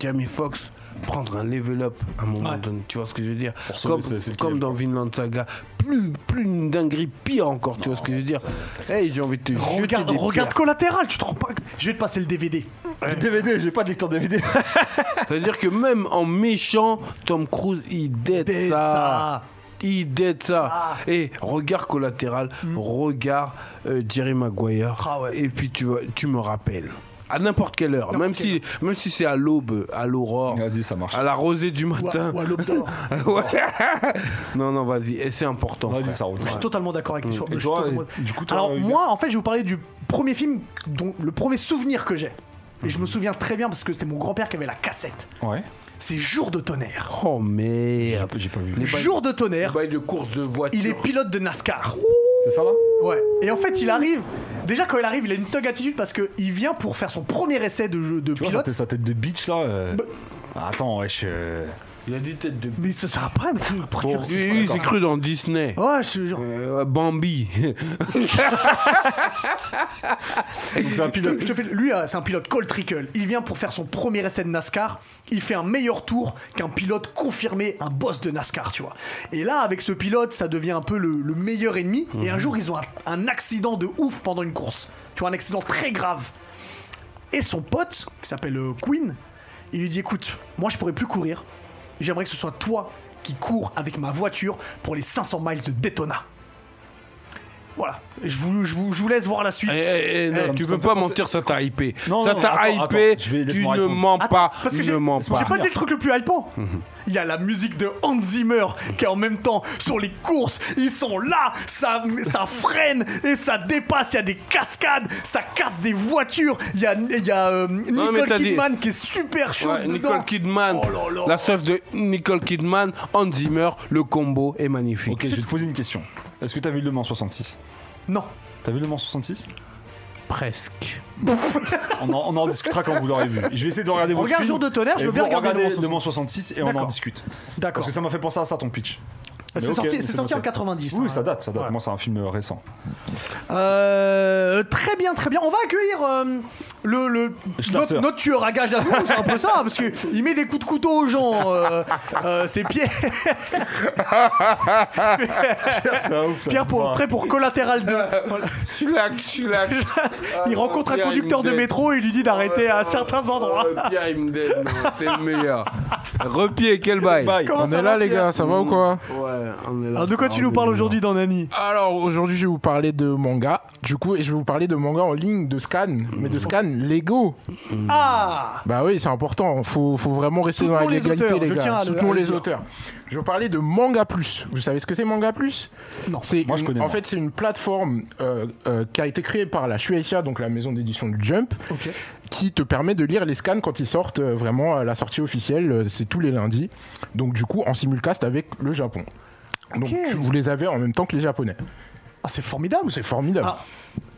Speaker 3: Jamie Foxx prendre un level up à un moment
Speaker 1: Ouais.
Speaker 3: donné, tu vois ce que je veux dire
Speaker 2: Pour sauver
Speaker 3: comme,
Speaker 2: ce- cette
Speaker 3: comme
Speaker 2: game,
Speaker 3: dans
Speaker 2: quoi.
Speaker 3: Vinland Saga, plus, plus une dinguerie pire encore, tu vois ce que je veux dire Hey, j'ai envie de te jeter
Speaker 1: Regarde,
Speaker 3: des
Speaker 1: regarde
Speaker 3: pierres.
Speaker 1: collatéral, tu te rends pas. Je vais te passer le DVD.
Speaker 2: Le DVD, j'ai pas de lecteur DVD.
Speaker 3: C'est-à-dire que même en méchant, Tom Cruise, il dette
Speaker 1: Dead
Speaker 3: ça.
Speaker 1: ça.
Speaker 3: Il dette ça.
Speaker 1: Ah.
Speaker 3: Et regard collatéral, regard euh, Jerry Maguire.
Speaker 1: Ah ouais.
Speaker 3: Et puis tu, vois- tu me rappelles. À n'importe quelle heure, même si, même si c'est à l'aube, à l'aurore,
Speaker 2: Vas-y, ça marche.
Speaker 3: à la rosée du
Speaker 1: Ou à,
Speaker 3: matin.
Speaker 1: ou à l'aube d'or.
Speaker 3: Ouais. non, non, vas-y, et c'est important.
Speaker 2: Vas-y,
Speaker 3: frère.
Speaker 2: ça roule.
Speaker 1: Je
Speaker 2: ça
Speaker 1: suis
Speaker 2: roule.
Speaker 1: totalement d'accord avec tes choix.
Speaker 2: Et
Speaker 1: Je suis
Speaker 2: toi,
Speaker 1: totalement-
Speaker 2: et- du coup, toi,
Speaker 1: Alors
Speaker 2: Hubert
Speaker 1: moi, en fait, je vais vous parler du premier film dont le premier souvenir que j'ai. Et
Speaker 2: Mhm.
Speaker 1: je me souviens très bien parce que c'était mon grand-père qui avait la cassette.
Speaker 2: Ouais.
Speaker 1: C'est Jour de tonnerre.
Speaker 3: Oh merde.
Speaker 2: J'ai pas vu.
Speaker 3: Les bails-
Speaker 1: Jour de tonnerre.
Speaker 2: bah,
Speaker 3: bail de course de voiture.
Speaker 1: Il est pilote de NASCAR.
Speaker 2: C'est ça là
Speaker 1: Ouais. Et en fait, il arrive. Déjà, quand il arrive, il a une thug attitude parce que il vient pour faire son premier essai de jeu de
Speaker 2: Tu vois,
Speaker 1: pilote.
Speaker 2: t'as sa tête de bitch là. euh, Attends, wesh. euh,
Speaker 3: Il a dit tête de.
Speaker 1: Mais ça sert à pas, mais pourquoi tu restes-
Speaker 3: Lui, il s'est cru dans Disney.
Speaker 1: Ouais, je suis genre.
Speaker 3: Euh, Bambi.
Speaker 2: Donc c'est un
Speaker 1: Je te-
Speaker 2: pilote.
Speaker 1: je te fais- lui, euh, c'est un pilote Cold Trickle. Il vient pour faire son premier essai de NASCAR. Il fait un meilleur tour qu'un pilote confirmé, un boss de NASCAR, tu vois. Et là, avec ce pilote, ça devient un peu le, le meilleur ennemi. Et
Speaker 2: Mhm.
Speaker 1: un jour, ils ont un, un accident de ouf pendant une course. Tu vois, un accident très grave. Et son pote, qui s'appelle euh, Queen, il lui dit Écoute, moi, je pourrais plus courir. J'aimerais que ce soit toi qui cours avec ma voiture pour les 500 miles de Daytona. Voilà, je vous, je vous- je vous laisse voir la suite.
Speaker 3: Eh, eh, eh, non,
Speaker 2: Eh,
Speaker 3: tu
Speaker 2: ça
Speaker 3: peux
Speaker 2: me
Speaker 3: pas
Speaker 2: fait penser-
Speaker 3: mentir, ça t'a hypé.
Speaker 2: Non,
Speaker 3: ça
Speaker 2: non,
Speaker 3: t'a
Speaker 2: attends,
Speaker 3: hypé.
Speaker 2: attends, je vais-
Speaker 3: tu
Speaker 2: laisse-moi
Speaker 3: ne
Speaker 2: répondre.
Speaker 3: ments
Speaker 1: Attends,
Speaker 3: pas.
Speaker 1: parce que
Speaker 3: tu
Speaker 1: j'ai
Speaker 3: ne mens
Speaker 1: j'ai
Speaker 3: pas.
Speaker 1: pas dit le truc le plus hypant. Il y a la musique de Hans Zimmer qui est en même temps sur les courses. Ils sont là, ça, ça freine et ça dépasse. Il y a des cascades, ça casse des voitures. Il y a, il y a euh,
Speaker 3: mais
Speaker 1: Nicole
Speaker 3: t'as dit-
Speaker 1: Kidman qui est super chaude
Speaker 3: Ouais,
Speaker 1: dedans.
Speaker 3: Nicole Kidman,
Speaker 1: Oh là là.
Speaker 3: la soif de Nicole Kidman, Hans Zimmer, le combo est magnifique.
Speaker 2: Ok, je vais te poser une question. Est-ce que t'as vu Le Mans 66
Speaker 1: Non.
Speaker 2: T'as vu Le Mans 66
Speaker 3: Presque.
Speaker 2: on en, on en discutera quand vous l'aurez vu. Je vais essayer de regarder votre
Speaker 1: Regarde
Speaker 2: film
Speaker 1: Jour de tonnerre, je
Speaker 2: et
Speaker 1: veux bien
Speaker 2: vous
Speaker 1: regarder
Speaker 2: regardez
Speaker 1: Le Mans
Speaker 2: Le Mans 66 et on en
Speaker 1: D'accord.
Speaker 2: discute. Parce
Speaker 1: D'accord.
Speaker 2: que ça m'a fait penser à ça ton pitch. Mais
Speaker 1: C'est
Speaker 2: ok,
Speaker 1: sorti,
Speaker 2: mais
Speaker 1: c'est
Speaker 2: Ah, c'est
Speaker 1: sorti en
Speaker 2: noté.
Speaker 1: 90.
Speaker 2: oui,
Speaker 1: hein.
Speaker 2: ça Ah, date, ça date.
Speaker 1: Ouais.
Speaker 2: Moi, c'est un film euh, récent.
Speaker 1: Euh, très bien, très bien. On va accueillir euh, le, le-
Speaker 2: Schlarzer.
Speaker 1: notre, notre tueur à gage d'amour, c'est un peu ça, parce que il met des coups de couteau aux gens. euh, euh, c'est Pierre,
Speaker 2: C'est un ouf. ça.
Speaker 1: Pierre pour, après pour collatéral 2.
Speaker 3: Euh, Sulac, Sulac.
Speaker 1: Il
Speaker 3: Ah,
Speaker 1: rencontre un conducteur de métro et il lui dit d'arrêter à certains endroits.
Speaker 3: Oh, Pierre, il me donne, non, t'es le meilleur. Repied, quel bail.
Speaker 2: Bye.
Speaker 1: Comment
Speaker 4: On
Speaker 1: ça
Speaker 4: est là,
Speaker 1: va,
Speaker 4: les
Speaker 1: Pierre
Speaker 4: gars, ça va ou quoi
Speaker 3: Ouais, on est là.
Speaker 1: Alors de quoi tu nous parles aujourd'hui dans Nani
Speaker 4: Alors aujourd'hui, je vais vous parler de manga. Du coup, et je vais vous parler de manga en ligne, de scan, mais de scan Lego.
Speaker 1: Ah
Speaker 4: Bah oui, c'est important. Faut, faut vraiment rester
Speaker 1: Soutenons
Speaker 4: dans la
Speaker 1: les
Speaker 4: légalité,
Speaker 1: auteurs,
Speaker 4: les
Speaker 1: je tiens à
Speaker 4: gars.
Speaker 1: le-
Speaker 4: Soutenons
Speaker 1: à le
Speaker 4: les
Speaker 1: dire.
Speaker 4: auteurs. Je vais vous parler de Manga Plus. Vous savez ce que c'est Manga Plus
Speaker 1: Non.
Speaker 4: C'est
Speaker 2: Moi, je
Speaker 4: une-
Speaker 2: connais
Speaker 4: En
Speaker 2: pas.
Speaker 4: fait, c'est une plateforme euh, euh, qui a été créée par la Shueisha, donc la maison d'édition du Jump,
Speaker 1: Ok.
Speaker 4: qui te permet de lire les scans quand ils sortent euh, vraiment à la sortie officielle. euh, c'est tous les lundis. Donc du coup, en simulcast avec le Japon. Donc
Speaker 1: Ok.
Speaker 4: tu- vous les avez en même temps que les Japonais.
Speaker 1: Ah, c'est formidable.
Speaker 4: C'est formidable.
Speaker 1: Ah,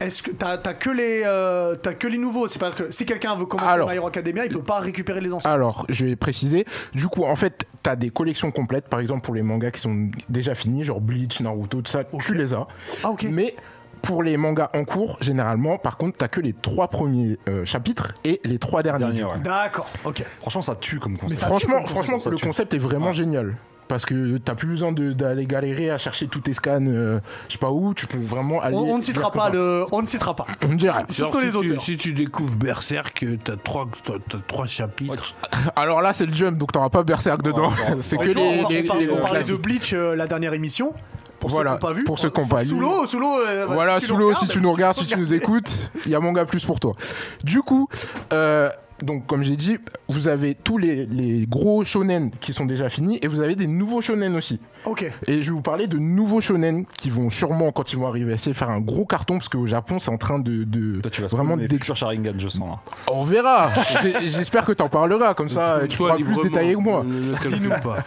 Speaker 1: Est-ce que t'as t'as que les euh, t'as que les nouveaux C'est pas que si quelqu'un veut commencer
Speaker 4: Alors.
Speaker 1: My Hero Academia, il peut pas récupérer les anciens.
Speaker 4: Alors, je vais préciser. Du coup, en fait, t'as des collections complètes, par exemple pour les mangas qui sont déjà finis, genre Bleach, Naruto, tout ça, tu les as.
Speaker 1: Ah, ok.
Speaker 4: Mais pour les mangas en cours, généralement, par contre, t'as que les trois premiers euh, chapitres et les trois derniers.
Speaker 2: Dernier, ouais.
Speaker 1: D'accord. Ok.
Speaker 2: Franchement, ça tue comme
Speaker 1: Mais
Speaker 2: concept.
Speaker 1: ça-
Speaker 4: Franchement,
Speaker 1: tue,
Speaker 4: franchement,
Speaker 2: ça
Speaker 4: le
Speaker 2: tue.
Speaker 4: concept est vraiment
Speaker 2: Ouais.
Speaker 4: génial. Parce que t'as plus besoin de- d'aller galérer à chercher tous tes scans, euh, je sais pas où, tu peux vraiment aller.
Speaker 1: On, on ne citera pas le. On ne citera pas.
Speaker 4: On dirait.
Speaker 3: Genre,
Speaker 1: Surtout
Speaker 3: si,
Speaker 1: les
Speaker 3: tu,
Speaker 1: auteurs.
Speaker 3: si tu découvres Berserk, euh, t'as trois, t'as- t'as trois chapitres.
Speaker 4: Alors là, c'est le jump, donc t'auras pas Berserk dedans.
Speaker 2: attends,
Speaker 4: c'est
Speaker 2: attends.
Speaker 4: que
Speaker 1: Tu vois,
Speaker 4: les,
Speaker 1: on, par-
Speaker 4: les-
Speaker 1: on par-
Speaker 4: les
Speaker 1: on
Speaker 4: gros
Speaker 1: parlait de
Speaker 4: classiques.
Speaker 1: Bleach euh, la dernière émission. Pour
Speaker 4: Voilà,
Speaker 1: ceux qui n'ont pas vu.
Speaker 4: pour ceux qui n'ont pas
Speaker 1: sous
Speaker 4: lu.
Speaker 1: l'eau, sous l'eau. euh, bah,
Speaker 4: Voilà,
Speaker 1: si
Speaker 4: sous
Speaker 1: tu
Speaker 4: l'eau,
Speaker 1: nous
Speaker 4: si
Speaker 1: regardes,
Speaker 4: tu nous regardes, si tu
Speaker 1: regardes.
Speaker 4: nous écoutes, il y a manga plus pour toi. Du coup, euh, donc comme j'ai dit, vous avez tous les, les gros shonen qui sont déjà finis et vous avez des nouveaux shonen aussi.
Speaker 1: Ok.
Speaker 4: Et je vais vous parler de nouveaux shonen qui vont sûrement, quand ils vont arriver, essayer de faire un gros carton parce qu'au Japon, c'est en train de, de
Speaker 2: Toi, tu vas
Speaker 4: vraiment
Speaker 2: vraiment
Speaker 4: d'ex-
Speaker 2: sur Sharingan, je sens. hein. là.
Speaker 4: On verra. J'ai- J'espère que t'en parleras comme ça, tu pourras plus
Speaker 3: librement, euh,
Speaker 4: détailler que moi.
Speaker 3: Ne, ne calcule pas.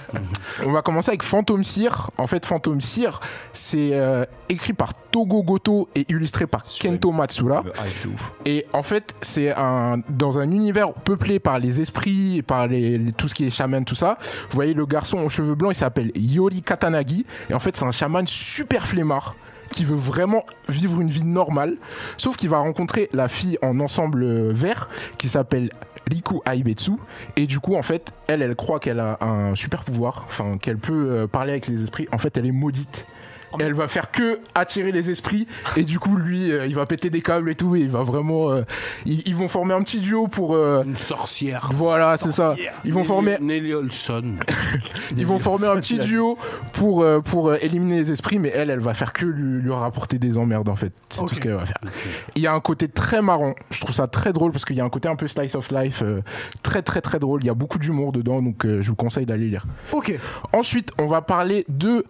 Speaker 4: On va commencer avec Phantom Seer. En fait, Phantom Seer, c'est euh, écrit par Togo Goto et illustré par
Speaker 2: Sublime.
Speaker 4: Kento Matsura.
Speaker 2: Le hype de ouf.
Speaker 4: Et en fait, c'est un dans un univers peuplé par les esprits, par les, les- tout ce qui est chaman, tout ça. Vous voyez le garçon aux cheveux blancs, il s'appelle Yori Katanagi. Et en fait, c'est un chaman super flemmard qui veut vraiment vivre une vie normale. Sauf qu'il va rencontrer la fille en ensemble euh, vert qui s'appelle Riku Aibetsu. Et du coup, en fait, elle, elle croit qu'elle a un super pouvoir, enfin, qu'elle peut euh, parler avec les esprits. En fait, elle est maudite. Et elle va faire que attirer les esprits et du coup lui euh, il va péter des câbles et tout et il va vraiment euh, ils, ils vont former un petit duo pour euh,
Speaker 3: Une sorcière.
Speaker 4: voilà c'est ça
Speaker 1: Sorcière.
Speaker 4: ils vont former
Speaker 3: Nelly Olson.
Speaker 4: ils vont former un petit duo pour euh, pour euh, éliminer les esprits mais elle elle va faire que lui, lui rapporter des emmerdes en fait c'est
Speaker 1: Ok.
Speaker 4: tout ce qu'elle va faire il y a un côté très marrant je trouve ça très drôle parce qu'il y a un côté un peu slice of life euh, très très très drôle il y a beaucoup d'humour dedans donc euh, je vous conseille d'aller lire
Speaker 1: Ok.
Speaker 4: Ensuite, on va parler de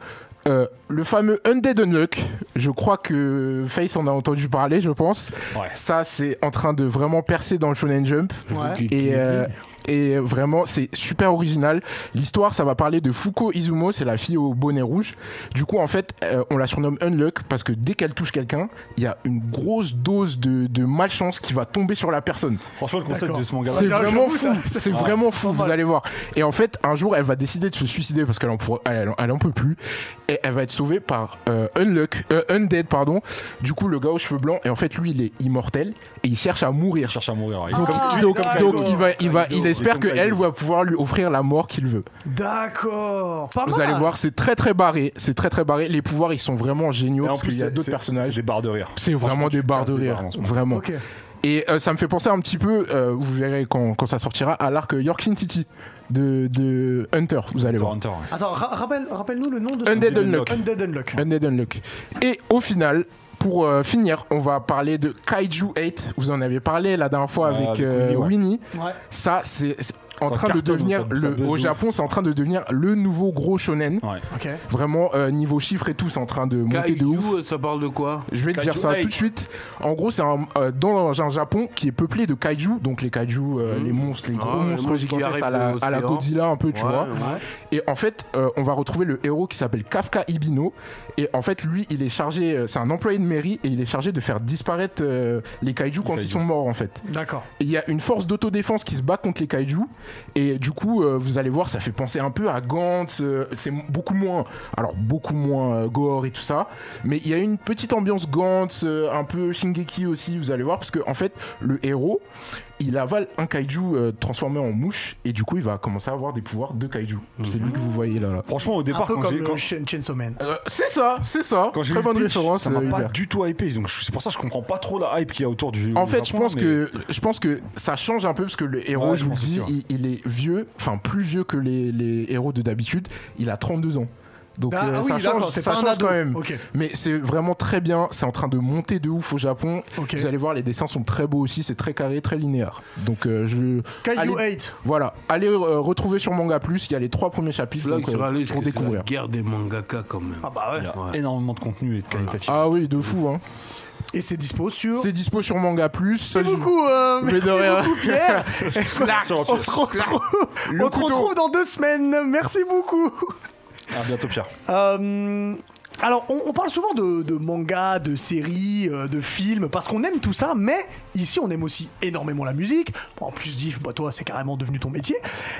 Speaker 4: euh, le fameux Undead Unluck. Je crois que Face en a entendu parler, je pense.
Speaker 2: Ouais.
Speaker 4: Ça, c'est en train de vraiment percer dans le Shonen Jump.
Speaker 1: Ouais.
Speaker 4: Et, euh, et vraiment, c'est super original. L'histoire, ça va parler de Fuko Izumo, c'est la fille au bonnet rouge. Du coup, en fait, euh, on la surnomme Unluck parce que dès qu'elle touche quelqu'un, il y a une grosse dose de, de malchance qui va tomber sur la personne.
Speaker 2: Franchement, le concept
Speaker 1: D'accord.
Speaker 2: de ce manga
Speaker 4: C'est
Speaker 1: j'avoue,
Speaker 4: vraiment fou.
Speaker 1: ça-
Speaker 4: C'est vraiment fou. Vous allez voir. Et en fait, un jour, elle va décider de se suicider parce qu'elle en, pour- elle, elle en peut plus. Et elle va être sauvée par euh, Unluck, euh, Undead, pardon. Du coup, le gars aux cheveux blancs. Et en fait, lui, il est immortel et il cherche à mourir.
Speaker 2: cherche à mourir. ouais.
Speaker 4: Donc,
Speaker 1: Ah,
Speaker 4: donc-
Speaker 1: comme
Speaker 4: donc
Speaker 1: Kaido.
Speaker 4: il va, il va,
Speaker 2: Kaido,
Speaker 4: il
Speaker 2: et
Speaker 4: espère
Speaker 2: comme
Speaker 4: que elle
Speaker 2: Kaido.
Speaker 4: va pouvoir lui offrir la mort qu'il veut.
Speaker 1: D'accord.
Speaker 2: Ah
Speaker 1: Pas
Speaker 4: Vous
Speaker 1: mal.
Speaker 4: allez voir, c'est très très barré, c'est très très barré. Les pouvoirs, ils sont vraiment géniaux
Speaker 2: Et en
Speaker 4: parce
Speaker 2: plus,
Speaker 4: qu'il y a
Speaker 2: c'est
Speaker 4: d'autres
Speaker 2: c'est-
Speaker 4: personnages.
Speaker 2: C'est des barres de rire.
Speaker 4: C'est vraiment
Speaker 2: Franchement, tu
Speaker 4: des barres
Speaker 2: casses
Speaker 4: de
Speaker 2: des
Speaker 4: rire,
Speaker 2: barres en ce moment.
Speaker 4: vraiment.
Speaker 1: Ok.
Speaker 4: Et euh, ça me fait penser un petit peu, euh, vous verrez quand, quand ça sortira, à l'arc Yorkin City de, de Hunter, vous allez
Speaker 2: Hunter,
Speaker 4: voir.
Speaker 2: Hunter, ouais.
Speaker 1: Attends, ra- rappelle, rappelle-nous le nom de.
Speaker 4: Undead
Speaker 2: Unlock.
Speaker 4: Unlock.
Speaker 1: Undead Unlock.
Speaker 4: Undead Unlock. Et au final, pour euh, finir, on va parler de Kaiju 8. Vous en avez parlé la dernière fois
Speaker 2: Ah,
Speaker 4: avec
Speaker 2: avec
Speaker 4: euh,
Speaker 2: Winnie, ouais.
Speaker 4: Winnie.
Speaker 1: Ouais.
Speaker 4: Ça, c'est c'est en
Speaker 2: Ça
Speaker 4: train de
Speaker 2: cartonne,
Speaker 4: devenir,
Speaker 2: ça- ça
Speaker 4: le,
Speaker 2: buzz
Speaker 4: au
Speaker 2: de
Speaker 4: Japon, c'est en train de devenir le nouveau gros shonen.
Speaker 2: Ouais.
Speaker 1: Ok.
Speaker 4: Vraiment, euh, niveau chiffres et tout, c'est en train de monter de ouf.
Speaker 3: Kaiju, ça parle de quoi
Speaker 4: Je vais te dire
Speaker 2: Kaiju
Speaker 4: ça
Speaker 2: Eight.
Speaker 4: tout de suite. En gros, c'est un, euh, dans un Japon qui est peuplé de kaiju, donc les kaiju, euh,
Speaker 3: Mhm.
Speaker 4: les monstres, les
Speaker 3: Ah,
Speaker 4: gros
Speaker 3: les
Speaker 4: monstres
Speaker 3: monstres qui
Speaker 4: gigantesques à
Speaker 3: arrivent
Speaker 4: la,
Speaker 3: de
Speaker 4: à la
Speaker 3: l'océan.
Speaker 4: Godzilla un peu, tu
Speaker 3: Ouais,
Speaker 4: vois.
Speaker 3: ouais.
Speaker 4: Et en fait, euh, on va retrouver le héros qui s'appelle Kafka Ibino. Et en fait, lui, il est chargé, euh, c'est un employé de mairie et il est chargé de faire disparaître euh, les kaiju quand
Speaker 2: kaiju.
Speaker 4: ils sont morts, en fait.
Speaker 1: D'accord.
Speaker 4: Et Il y a une force d'autodéfense qui se bat contre les kaiju Et du coup, euh, vous allez voir, ça fait penser un peu à Gantz. euh, c'est m- beaucoup moins, alors beaucoup moins euh, gore et tout ça. Mais il y a une petite ambiance Gantz, euh, un peu Shingeki aussi, vous allez voir. Parce que, en fait, le héros, il avale un kaiju euh, transformé en mouche. Et du coup, il va commencer à avoir des pouvoirs de kaiju. C'est lui que vous voyez là. là.
Speaker 2: Franchement, au
Speaker 1: Un
Speaker 2: départ,
Speaker 1: peu
Speaker 2: quand
Speaker 1: comme
Speaker 2: j'ai
Speaker 1: le
Speaker 2: quand-
Speaker 1: Chain- Chainsaw Man.
Speaker 4: Euh, c'est ça, c'est ça.
Speaker 2: quand j'ai
Speaker 4: Très
Speaker 2: lu le
Speaker 4: bonne
Speaker 2: pitch,
Speaker 4: référence.
Speaker 2: ça m'a
Speaker 4: euh,
Speaker 2: pas
Speaker 4: Hubert.
Speaker 2: du tout hypé. Donc je- c'est pour ça que je comprends pas trop la hype qu'il y a autour du.
Speaker 4: En
Speaker 2: du
Speaker 4: fait, je
Speaker 2: Japon,
Speaker 4: pense
Speaker 2: mais-
Speaker 4: que je pense que ça change un peu parce que le héros,
Speaker 2: Ouais, je
Speaker 4: je vous le
Speaker 2: pense aussi,
Speaker 4: dis,
Speaker 2: ouais.
Speaker 4: il, il est vieux, enfin plus vieux que les, les héros de d'habitude. Il a 32 ans. Donc
Speaker 1: Ah,
Speaker 4: euh,
Speaker 1: ah oui,
Speaker 4: ça
Speaker 1: d'accord,
Speaker 4: change,
Speaker 1: c'est
Speaker 4: ça
Speaker 1: pas un
Speaker 4: change
Speaker 1: ado.
Speaker 4: quand même.
Speaker 1: Ok.
Speaker 4: Mais c'est vraiment très bien. C'est en train de monter de ouf au Japon.
Speaker 1: Ok.
Speaker 4: Vous allez voir, les dessins sont très beaux aussi. C'est très carré, très linéaire. Donc euh, je
Speaker 1: Kaiju
Speaker 4: allez-
Speaker 1: 8.
Speaker 4: voilà, allez euh, retrouver sur Manga Plus. Il y a les trois premiers chapitres
Speaker 3: C'est là
Speaker 4: donc,
Speaker 3: que tu
Speaker 4: euh,
Speaker 3: réalises
Speaker 4: pour
Speaker 3: que c'est la
Speaker 4: découvrir.
Speaker 3: guerre des mangaka quand même.
Speaker 1: Ah bah ouais.
Speaker 3: Ouais.
Speaker 2: énormément de contenu et de qualitatif.
Speaker 4: Ah oui, de fou. Hein.
Speaker 1: Et c'est dispo sur.
Speaker 4: C'est dispo sur Manga Plus.
Speaker 1: Merci beaucoup, euh,
Speaker 4: Mais
Speaker 1: merci
Speaker 4: de rien.
Speaker 1: beaucoup Pierre. on te retrouve, on te retrouve dans deux semaines. Merci beaucoup.
Speaker 2: Ah, À bientôt, Pierre.
Speaker 1: Euh, alors, on, on parle souvent de, de mangas, de séries, euh, de films, parce qu'on aime tout ça, mais ici, on aime aussi énormément la musique. Bon, en plus, Diff, bah, toi, c'est carrément devenu ton métier.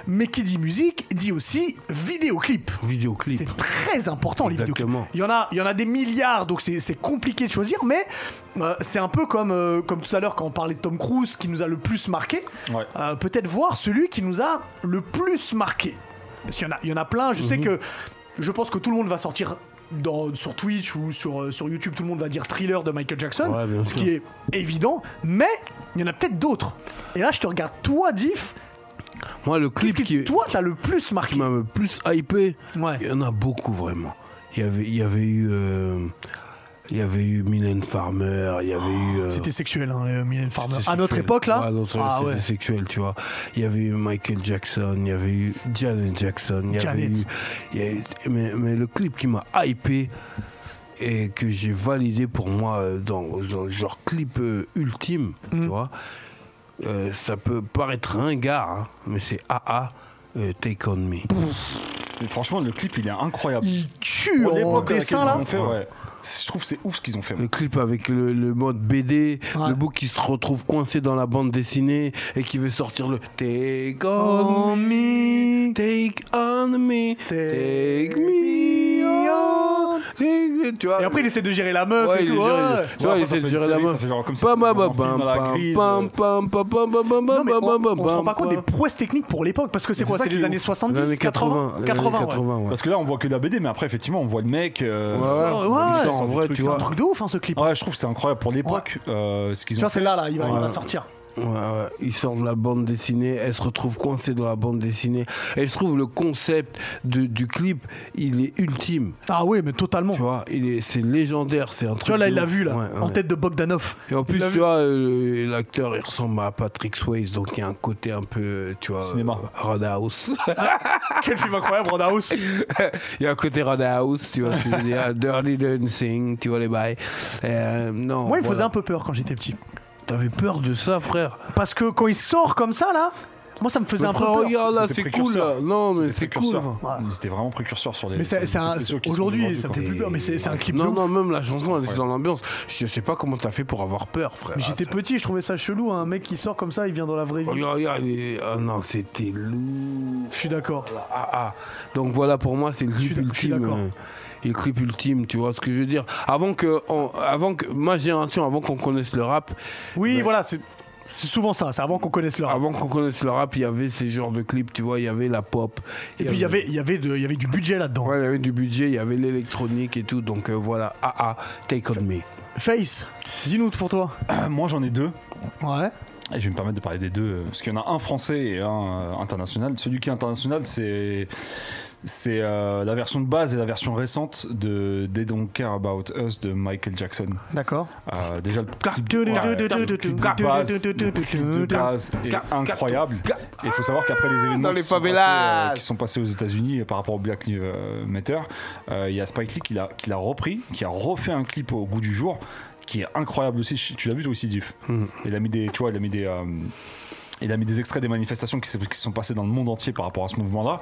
Speaker 1: Mais qui dit musique, dit aussi vidéoclip.
Speaker 3: Vidéoclip.
Speaker 1: C'est très important, les vidéoclips.
Speaker 3: Exactement.
Speaker 1: Il y, en a, il y en a des milliards, donc c'est c'est compliqué de choisir, mais euh, c'est un peu comme, euh, comme tout à l'heure quand on parlait de Tom Cruise qui nous a le plus marqué.
Speaker 2: Ouais.
Speaker 1: Euh, Peut-être voir celui qui nous a le plus marqué. Parce qu'il y, en a- il y en a plein, je sais
Speaker 3: Mhm.
Speaker 1: que je pense que tout le monde va sortir. dans- sur Twitch ou sur, euh, sur YouTube, tout le monde va dire thriller de Michael Jackson,
Speaker 3: Ouais, bien
Speaker 1: ce
Speaker 3: sûr.
Speaker 1: qui est évident, mais il y en a peut-être d'autres. Et là, je te regarde, toi, Diff,
Speaker 3: Moi, le
Speaker 1: qu'est-ce
Speaker 3: clip
Speaker 1: que
Speaker 3: qui,
Speaker 1: toi, t'as le plus
Speaker 3: qui
Speaker 1: marqué
Speaker 3: m'a le plus hypé,
Speaker 1: Ouais.
Speaker 3: il y en a beaucoup vraiment. Il y avait, il y avait eu. euh, il y avait eu Mylène Farmer, il y avait eu. euh,
Speaker 1: C'était sexuel, hein, le Mylène Farmer.
Speaker 3: c'était
Speaker 1: À notre
Speaker 3: sexuel.
Speaker 1: époque, là
Speaker 3: Ouais, à notre-
Speaker 1: Ah
Speaker 3: c'était
Speaker 1: ouais.
Speaker 3: sexuel, tu vois. Il y avait eu Michael Jackson, il y avait eu Janet Jackson, il y avait
Speaker 1: Janet.
Speaker 3: eu. il y a eu- mais, mais le clip qui m'a hypé et que j'ai validé pour moi euh, dans, dans leur clip euh, ultime,
Speaker 1: Mm.
Speaker 3: tu vois. euh, ça peut paraître ringard, hein, mais c'est AA euh, Take On Me.
Speaker 2: Mais franchement, le clip, il est incroyable.
Speaker 1: Il tue
Speaker 2: Pour
Speaker 1: en
Speaker 2: l'époque à
Speaker 1: dessin,
Speaker 2: laquelle
Speaker 1: là
Speaker 2: ils l'ont fait, ouais. C'est- Je trouve que c'est ouf ce qu'ils ont fait.
Speaker 3: Le clip avec le, le mode BD,
Speaker 1: Ouais.
Speaker 3: le bouc qui se retrouve coincé dans la bande dessinée et qui veut sortir le Take on me, take on me, take me on. Take- Tu vois,
Speaker 1: Et après, il essaie de gérer la meuf
Speaker 3: Ouais,
Speaker 1: et
Speaker 3: il
Speaker 1: tout. hein.
Speaker 3: est
Speaker 1: ouais.
Speaker 3: dur, il est- tu vois,
Speaker 2: hein. Ouais, après,
Speaker 3: il
Speaker 2: ça
Speaker 3: essaie de
Speaker 2: fait une
Speaker 3: gérer la
Speaker 2: série,
Speaker 3: main.
Speaker 2: ça fait genre comme ça,
Speaker 3: Pam, pam,
Speaker 2: dans un
Speaker 3: pam,
Speaker 2: film à la
Speaker 3: pam,
Speaker 2: grise,
Speaker 3: pam,
Speaker 2: euh.
Speaker 3: pam, pam, pam, pam, pam,
Speaker 1: Non, mais
Speaker 3: pam,
Speaker 1: on,
Speaker 3: pam,
Speaker 1: on se rend
Speaker 3: pam,
Speaker 1: pas compte
Speaker 3: pam.
Speaker 1: des prouesses techniques pour l'époque. Parce que c'est
Speaker 2: Mais
Speaker 1: quoi
Speaker 2: c'est ça
Speaker 1: C'est
Speaker 2: qui
Speaker 1: les
Speaker 2: est
Speaker 1: années
Speaker 2: ouf.
Speaker 1: 70
Speaker 3: Les années 80, les
Speaker 1: 80,
Speaker 3: années
Speaker 1: ouais.
Speaker 3: 80, ouais.
Speaker 2: Parce que là, on voit que la BD, mais après, effectivement, on voit le mec. euh,
Speaker 3: Ouais, ouais,
Speaker 1: ouais,
Speaker 3: on
Speaker 1: ouais,
Speaker 3: dit ça,
Speaker 1: c'est
Speaker 3: en
Speaker 1: un
Speaker 3: vrai, tu
Speaker 1: C'est un
Speaker 3: vois.
Speaker 1: truc de ouf, hein, ce clip.
Speaker 2: Ouais, je trouve que c'est incroyable pour l'époque euh, ce
Speaker 1: Tu
Speaker 2: qu'ils ont
Speaker 1: vois, c'est là, là, il va, il va
Speaker 3: Ouais.
Speaker 1: sortir.
Speaker 3: Ouais, ouais. Ils sortent de la bande dessinée, elle se retrouve coincée dans la bande dessinée. Et je trouve le concept de- du clip, il est ultime.
Speaker 1: Ah ouais, mais totalement.
Speaker 3: Tu vois, il est, c'est légendaire, c'est un truc.
Speaker 1: Tu vois, là,
Speaker 3: de
Speaker 1: il l'a
Speaker 3: ouf.
Speaker 1: vu, là,
Speaker 3: Ouais, ouais.
Speaker 1: en tête de Bogdanov.
Speaker 3: Et en plus,
Speaker 1: l'a
Speaker 3: tu
Speaker 1: vu.
Speaker 3: vois, euh, l'acteur, il ressemble à Patrick Swayze, donc il y a un côté un peu, euh, tu vois,
Speaker 2: Cinéma.
Speaker 3: euh, Roadhouse.
Speaker 1: Quel film incroyable, Roadhouse.
Speaker 3: il y a un côté Roadhouse, tu vois, ce que je veux dire, Dirty Dancing, tu vois les bails. Euh, non.
Speaker 1: Moi, il me
Speaker 3: voilà.
Speaker 1: faisait un peu peur quand j'étais petit.
Speaker 3: T'avais peur de ça, frère.
Speaker 1: Parce que quand il sort comme ça, là, moi, ça me faisait
Speaker 3: Mais
Speaker 1: un peu
Speaker 3: frère,
Speaker 1: peur.
Speaker 3: regarde là,
Speaker 2: C'était
Speaker 3: c'est cool
Speaker 2: précurseur.
Speaker 3: là. Non, mais
Speaker 2: C'était
Speaker 3: c'est cool.
Speaker 2: précurseur.
Speaker 1: enfin. Ouais.
Speaker 2: Ils étaient vraiment précurseurs sur les.
Speaker 1: Mais
Speaker 2: sur
Speaker 1: c'est
Speaker 2: les
Speaker 1: c'est un.
Speaker 2: effets spéciaux qui sont
Speaker 1: Aujourd'hui,
Speaker 2: vendus,
Speaker 1: ça me
Speaker 2: quoi.
Speaker 1: fait plus peur, mais c'est c'est un clip de
Speaker 3: Non,
Speaker 1: ouf.
Speaker 3: non, même la chanson, elle était dans l'ambiance. Je sais pas comment t'as fait pour avoir peur, frère.
Speaker 1: Mais
Speaker 2: Ah,
Speaker 1: j'étais petit, je trouvais ça chelou, hein. un mec qui sort comme ça, il vient dans la vraie vie.
Speaker 3: Regarde, regarde, il est- ah non, c'était lourd.
Speaker 1: Je suis d'accord.
Speaker 3: Ah, ah. Donc voilà, pour moi, c'est le
Speaker 1: suis
Speaker 3: clip
Speaker 1: d'ac- je suis
Speaker 3: ultime.
Speaker 1: d'accord.
Speaker 3: euh, Et le clip ultime, tu vois ce que je veux dire. Avant que, on- avant que ma génération, avant qu'on connaisse le rap,
Speaker 1: Oui,
Speaker 3: Ouais.
Speaker 1: voilà, c'est c'est souvent ça, c'est avant qu'on connaisse
Speaker 2: Ah
Speaker 1: leur.
Speaker 3: avant qu'on connaisse le rap, il y avait ces genres de clips, tu vois, il y avait la pop.
Speaker 1: Et puis il y avait, il y avait, de- il y avait du budget là-dedans.
Speaker 3: Ouais, il y avait du budget, il y avait l'électronique et tout. Donc euh, voilà, ah ah, take on me.
Speaker 1: Face, dis-nous pour toi.
Speaker 2: Euh, Moi, j'en ai deux.
Speaker 1: Ouais.
Speaker 2: Et je vais me permettre de parler des deux, euh, parce qu'il y en a un français et un euh, international. Celui qui est international, c'est c'est euh, la version de base et la version récente de They Don't Care About Us de Michael Jackson.
Speaker 1: D'accord.
Speaker 2: Euh, déjà le clip de- ouais, le clip de base, le clip de base est incroyable. Et il faut savoir qu'après les événements
Speaker 3: les
Speaker 2: qui, sont passés,
Speaker 3: favelas.
Speaker 2: euh, qui sont passés aux États-Unis euh, par rapport au Black Lives euh, Matter, euh, il y a Spike Lee qui l'a qui l'a repris, qui a refait un clip au goût du
Speaker 1: Hmm.
Speaker 2: jour, qui est incroyable aussi. Tu l'as vu toi aussi, Diff. Il a mis des, tu vois, il a mis des. euh, Il a mis des extraits des manifestations qui, se- qui se sont passées dans le monde entier par rapport à ce mouvement-là.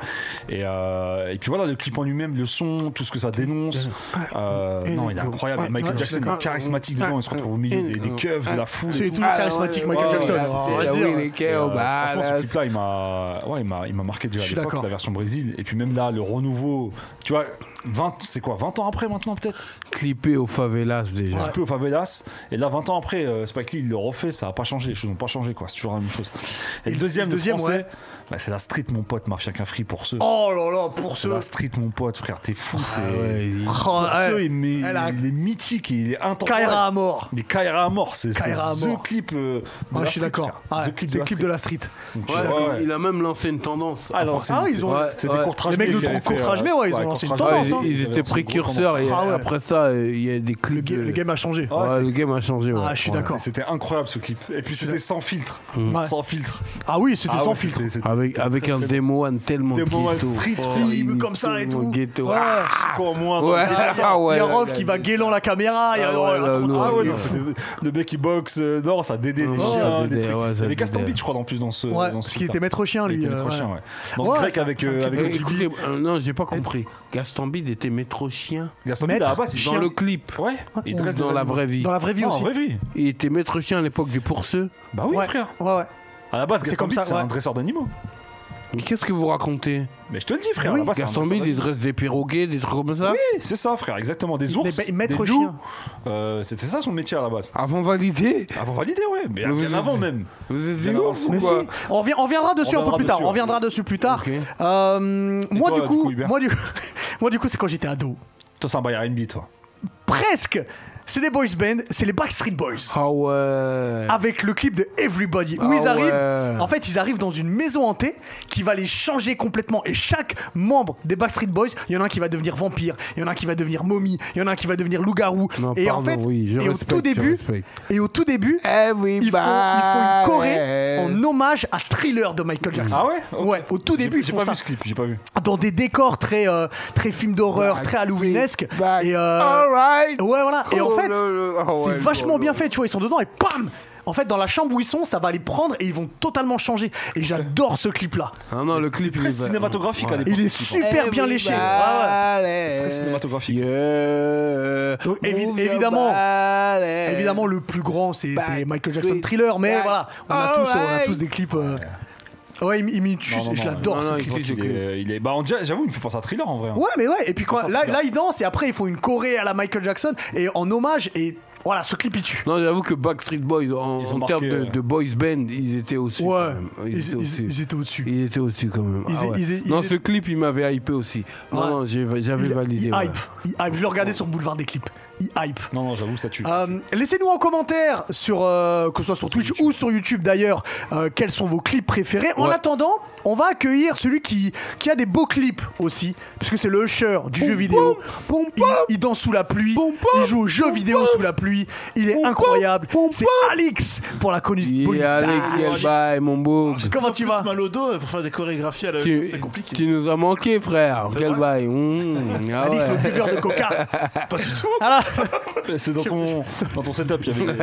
Speaker 2: Et, euh, et puis voilà, le clip en lui-même, le son, tout ce que ça dénonce. Euh,
Speaker 1: Et
Speaker 2: non, il est
Speaker 1: donc,
Speaker 2: incroyable.
Speaker 1: ouais,
Speaker 2: Michael
Speaker 1: ouais,
Speaker 2: Jackson
Speaker 1: je suis
Speaker 2: est charismatique dedans. Il se retrouve au milieu des, des keufs, de la foule.
Speaker 1: C'est
Speaker 2: Et tout.
Speaker 1: toujours charismatique, Michael
Speaker 2: Ah, ouais,
Speaker 1: Jackson.
Speaker 2: ouais,
Speaker 1: on va
Speaker 3: c'est là
Speaker 1: dire.
Speaker 3: où il est
Speaker 2: Et,
Speaker 3: Keo,
Speaker 2: euh,
Speaker 3: bah,
Speaker 2: franchement,
Speaker 3: là,
Speaker 2: ce clip-là, il m'a, ouais, il m'a, il m'a marqué déjà
Speaker 1: Je
Speaker 2: à
Speaker 1: suis
Speaker 2: l'époque,
Speaker 1: d'accord.
Speaker 2: la version Brésil. Et puis même là, le renouveau, tu vois, 20, c'est quoi, 20 ans après maintenant peut-être
Speaker 3: clippé aux favelas
Speaker 2: Un
Speaker 3: déjà.
Speaker 2: peu au favelas. Et là, 20 ans après, euh, Spike Lee, il le refait, ça n'a pas changé, les choses n'ont pas changé, quoi. C'est toujours la même chose. Et, le
Speaker 1: le
Speaker 2: deuxième, le
Speaker 1: deuxième,
Speaker 2: français,
Speaker 1: ouais.
Speaker 2: bah, c'est la street, mon pote, Mafia qu'un free pour ceux.
Speaker 1: Oh là là, pour
Speaker 2: c'est
Speaker 1: ceux.
Speaker 2: la street, mon pote, frère, t'es fou, c'est.
Speaker 3: Ouais, il-
Speaker 1: Oh,
Speaker 2: Pour ceux,
Speaker 1: ouais.
Speaker 2: il, met-
Speaker 1: Elle a-
Speaker 2: il est mythique, il est intemporel.
Speaker 1: Kaira à mort.
Speaker 2: Il est Kaira à mort, c'est c'est
Speaker 1: Kaira à mort.
Speaker 2: The clip.
Speaker 1: Ouais,
Speaker 2: euh, de la
Speaker 1: je suis
Speaker 2: street,
Speaker 1: d'accord.
Speaker 2: frère.
Speaker 1: Ouais,
Speaker 2: The clip
Speaker 1: c'est
Speaker 2: de
Speaker 1: le
Speaker 2: la
Speaker 1: clip
Speaker 2: street.
Speaker 1: de la street.
Speaker 2: Donc,
Speaker 3: Ouais,
Speaker 2: euh,
Speaker 3: il a-
Speaker 2: ouais.
Speaker 3: Il a même lancé une tendance.
Speaker 2: Ah non, c'est-
Speaker 1: Ah, ils
Speaker 2: c'est-
Speaker 1: ont-
Speaker 2: ouais, c'est
Speaker 3: ouais.
Speaker 2: des courtrages.
Speaker 1: Les mecs de
Speaker 2: qui avaient
Speaker 1: court-
Speaker 2: fait, euh,
Speaker 1: courtrages, mais ouais, ils ont
Speaker 2: ouais,
Speaker 1: lancé une
Speaker 2: courtrages,
Speaker 1: tendance, hein.
Speaker 2: ouais, ils-
Speaker 3: Ah, Ils
Speaker 2: ils avaient
Speaker 3: étaient
Speaker 2: lancé une grosse
Speaker 3: précurseurs et
Speaker 1: Ah ouais.
Speaker 3: après ça, il y a des
Speaker 1: Le,
Speaker 3: clips.
Speaker 1: ga-
Speaker 3: de-
Speaker 1: le game a changé.
Speaker 2: Ah,
Speaker 3: Ouais,
Speaker 2: c'est-
Speaker 3: le game a changé. ouais.
Speaker 1: Ah, je suis
Speaker 3: Ouais.
Speaker 2: tendance.
Speaker 1: d'accord.
Speaker 2: Et C'était incroyable ce clip. Et puis c'était sans filtre.
Speaker 1: Ouais.
Speaker 2: Sans filtre.
Speaker 1: Ah oui, c'était
Speaker 2: Ah
Speaker 1: sans
Speaker 2: ouais,
Speaker 1: filtre.
Speaker 2: c'était- c'était-
Speaker 3: Avec, avec un démo un tellement
Speaker 2: Démo One
Speaker 3: ghetto.
Speaker 2: Street,
Speaker 3: Oh,
Speaker 1: film,
Speaker 3: il est
Speaker 1: comme ça et
Speaker 3: tellement
Speaker 1: tout.
Speaker 3: ghetto.
Speaker 1: Ouais.
Speaker 3: Ah,
Speaker 2: Encore moins.
Speaker 3: Ouais.
Speaker 2: dans-
Speaker 1: Ah, il y a-
Speaker 3: Ah ouais,
Speaker 1: il y a
Speaker 3: là,
Speaker 1: Rolf
Speaker 3: là,
Speaker 1: qui
Speaker 3: là.
Speaker 1: va guélant la caméra. Il y a, il
Speaker 3: Ah ouais,
Speaker 1: y a
Speaker 3: là,
Speaker 1: trop de-
Speaker 3: lourd.
Speaker 2: Ah ouais,
Speaker 3: Ouais.
Speaker 2: non, c'était- le mec il boxe, euh, non, ça dédait les
Speaker 3: Ouais,
Speaker 2: chiens,
Speaker 3: ça
Speaker 2: des
Speaker 3: dédait,
Speaker 2: trucs.
Speaker 3: ouais, ça
Speaker 2: Il y avait Gaston
Speaker 3: dédait.
Speaker 2: Beach, je crois, en plus dans ce.
Speaker 1: Ouais,
Speaker 2: dans ce
Speaker 1: parce qu'il
Speaker 2: clip-là.
Speaker 1: était maître chien,
Speaker 2: Il
Speaker 1: lui.
Speaker 2: était
Speaker 1: euh,
Speaker 2: maître
Speaker 1: ouais.
Speaker 2: chien, ouais. Dans
Speaker 1: Ouais,
Speaker 2: le grec
Speaker 1: ça-
Speaker 2: avec
Speaker 1: ça me
Speaker 2: euh,
Speaker 1: fait
Speaker 2: avec
Speaker 3: Euh,
Speaker 2: Otibi.
Speaker 3: écoutez, euh, non, j'ai pas compris. Gaston Bide était maître chien.
Speaker 2: Gaston Beach, à la base, il
Speaker 1: Eh. Chien.
Speaker 3: Dans le clip.
Speaker 2: Ouais, il
Speaker 3: Ou
Speaker 2: dresse
Speaker 3: dans
Speaker 2: des
Speaker 3: la
Speaker 2: animaux.
Speaker 3: vraie vie.
Speaker 1: Dans la vraie vie
Speaker 2: Ah, en
Speaker 1: aussi.
Speaker 2: vraie vie.
Speaker 3: Il était maître chien à l'époque du pourceux.
Speaker 2: Bah oui,
Speaker 1: Ouais.
Speaker 2: frère.
Speaker 1: Ouais, ouais.
Speaker 2: À la base,
Speaker 1: C'est
Speaker 2: Gaston
Speaker 1: comme
Speaker 2: Bide,
Speaker 1: ça,
Speaker 2: c'est
Speaker 1: ouais.
Speaker 2: un dresseur d'animaux.
Speaker 3: Mais qu'est-ce que vous racontez
Speaker 2: Mais je te le dis,
Speaker 1: Eh,
Speaker 2: frère. à la base, c'est un
Speaker 3: Gaston
Speaker 2: dresseur
Speaker 3: Bide, il dresse des pirogués, des trucs comme ça
Speaker 2: d'animaux. C'est ça, frère, exactement. Des
Speaker 1: Il
Speaker 2: ours.
Speaker 1: est ba- maître
Speaker 2: des loups.
Speaker 1: chien.
Speaker 2: Euh, C'était ça son métier à la base.
Speaker 3: Avant valider
Speaker 2: Avant validé, ouais. Mais
Speaker 3: Mais
Speaker 2: bien
Speaker 3: vous-
Speaker 2: avant même.
Speaker 3: Vous êtes
Speaker 2: Bien
Speaker 3: des
Speaker 2: avant,
Speaker 3: ouf
Speaker 2: c'est-
Speaker 3: ou
Speaker 1: Mais si.
Speaker 3: quoi
Speaker 1: On, revient- on reviendra dessus
Speaker 2: On
Speaker 1: un peu
Speaker 2: reviendra
Speaker 1: plus tard.
Speaker 2: dessus,
Speaker 1: On reviendra dessus plus tard.
Speaker 3: Ok.
Speaker 1: Euh, moi,
Speaker 2: toi,
Speaker 1: du
Speaker 2: du
Speaker 1: coup,
Speaker 2: coup, Hubert
Speaker 1: moi, du... moi, du coup, c'est quand j'étais ado.
Speaker 2: Toi, c'est un Bayard NB, toi.
Speaker 1: Presque. C'est des boys band, c'est les Backstreet Boys.
Speaker 3: Ah ouais
Speaker 1: Avec le clip de Everybody, où
Speaker 3: Ah
Speaker 1: ils arrivent.
Speaker 3: ouais.
Speaker 1: En fait, ils arrivent dans une maison hantée qui va les changer complètement. Et chaque membre des Backstreet Boys, il y en a un qui va devenir vampire, il y en a un qui va devenir momie, il y en a un qui va devenir loup-garou.
Speaker 3: Non,
Speaker 1: Et en
Speaker 3: pardon,
Speaker 1: fait,
Speaker 3: oui, je
Speaker 1: et au
Speaker 3: respecte,
Speaker 1: tout
Speaker 3: je
Speaker 1: début,
Speaker 3: respecte.
Speaker 1: et au tout début,
Speaker 3: Everybody.
Speaker 1: ils font, ils font une choré en hommage à Thriller de Michael Jackson.
Speaker 2: Ah ouais Ok.
Speaker 1: Ouais, au tout
Speaker 2: J'ai-
Speaker 1: début, ils
Speaker 2: J'ai
Speaker 1: font
Speaker 2: pas
Speaker 1: ça
Speaker 2: vu ce clip, j'ai pas vu.
Speaker 1: dans des décors très, euh, très films d'horreur, très halloweenesque.
Speaker 3: Back.
Speaker 1: Et euh,
Speaker 3: Alright.
Speaker 1: ouais, voilà. Et en
Speaker 3: Oh
Speaker 1: fait,
Speaker 3: là là. Ah ouais,
Speaker 1: c'est vachement
Speaker 3: oh
Speaker 1: bien
Speaker 3: là
Speaker 1: fait. Tu vois, ils sont dedans et pam. En fait, dans la chambre où ils sont, ça va les prendre et ils vont totalement changer. Et j'adore ce clip-là.
Speaker 3: là. Ah non, le clip
Speaker 2: C'est
Speaker 3: il
Speaker 2: très
Speaker 3: est va-
Speaker 2: cinématographique à
Speaker 3: Ouais. Eh bah,
Speaker 2: l'époque.
Speaker 1: Il est
Speaker 2: ce clip, hein.
Speaker 1: super bien léché. Ouais, ouais.
Speaker 3: Everybody.
Speaker 2: Très cinématographique.
Speaker 3: Yeah.
Speaker 1: Donc, évi-
Speaker 3: Move your
Speaker 1: évidemment,
Speaker 3: body.
Speaker 1: Évidemment, le plus grand, c'est
Speaker 3: Back,
Speaker 1: c'est Michael Jackson
Speaker 3: Street,
Speaker 1: Thriller, mais
Speaker 3: Back.
Speaker 1: voilà, on a,
Speaker 3: All
Speaker 1: tous, on a
Speaker 3: right.
Speaker 1: tous des clips. euh, Ouais, il, m- il me tue,
Speaker 2: Non, non,
Speaker 1: je
Speaker 2: non,
Speaker 1: l'adore
Speaker 3: non, non,
Speaker 1: ce
Speaker 3: il
Speaker 1: clip.
Speaker 3: se
Speaker 2: Il est, il est- bah on dirait- j'avoue, il me fait penser à Thriller en vrai. hein.
Speaker 1: Ouais, mais ouais, et puis quand,
Speaker 2: Ça,
Speaker 1: là,
Speaker 2: c'est
Speaker 1: là, ils dansent et après, ils font une choré à la Michael Jackson et en hommage, et voilà, ce clip il tue.
Speaker 3: Non, j'avoue que Backstreet Boys, en,
Speaker 2: Ils ont
Speaker 3: en termes
Speaker 2: marqué,
Speaker 3: de,
Speaker 2: euh.
Speaker 3: de boys band, ils étaient aussi.
Speaker 1: Ouais,
Speaker 3: Ils, étaient aussi.
Speaker 1: ils étaient au-dessus.
Speaker 3: Ils étaient aussi quand même.
Speaker 1: Ils
Speaker 3: Ah
Speaker 1: é-
Speaker 3: ouais.
Speaker 1: ils é- ils
Speaker 3: non,
Speaker 1: é-
Speaker 3: ce clip, il m'avait hypé aussi. Non,
Speaker 1: Ouais.
Speaker 3: non, j'ai- j'avais
Speaker 1: Il-
Speaker 3: validé.
Speaker 1: il
Speaker 3: ouais.
Speaker 1: hype, il hype. Je le regardais sur Boulevard des Clips. Il hype.
Speaker 2: Non, non, j'avoue, ça tue.
Speaker 1: Euh, Laissez-nous en commentaire, sur, euh, que ce soit sur Twitch ou sur YouTube d'ailleurs, euh, quels sont vos clips préférés. En
Speaker 3: Ouais.
Speaker 1: attendant, on va accueillir celui qui, qui a des beaux clips aussi, puisque c'est le usher du jeu vidéo.
Speaker 3: pom,
Speaker 1: il, il danse sous la pluie,
Speaker 3: Pom, pom,
Speaker 1: il joue au jeu vidéo sous la pluie, il est incroyable.
Speaker 3: pom,
Speaker 1: C'est Alix pour la connue
Speaker 3: Il
Speaker 1: Bonus
Speaker 3: est avec
Speaker 1: Star.
Speaker 5: Alex.
Speaker 3: quel bail, mon bouc.
Speaker 1: Comment tu vas
Speaker 4: Ah
Speaker 5: mal au dos euh, pour faire des chorégraphies à la
Speaker 3: Tu,
Speaker 5: c'est compliqué.
Speaker 3: tu nous as manqué, frère.
Speaker 5: C'est
Speaker 3: Quel
Speaker 5: vrai
Speaker 3: bail. Mmh. Ah
Speaker 1: Alix,
Speaker 3: ouais.
Speaker 1: le buveur de coca.
Speaker 5: Pas du tout.
Speaker 1: Alors,
Speaker 2: C'est dans ton, dans ton setup, il y avait.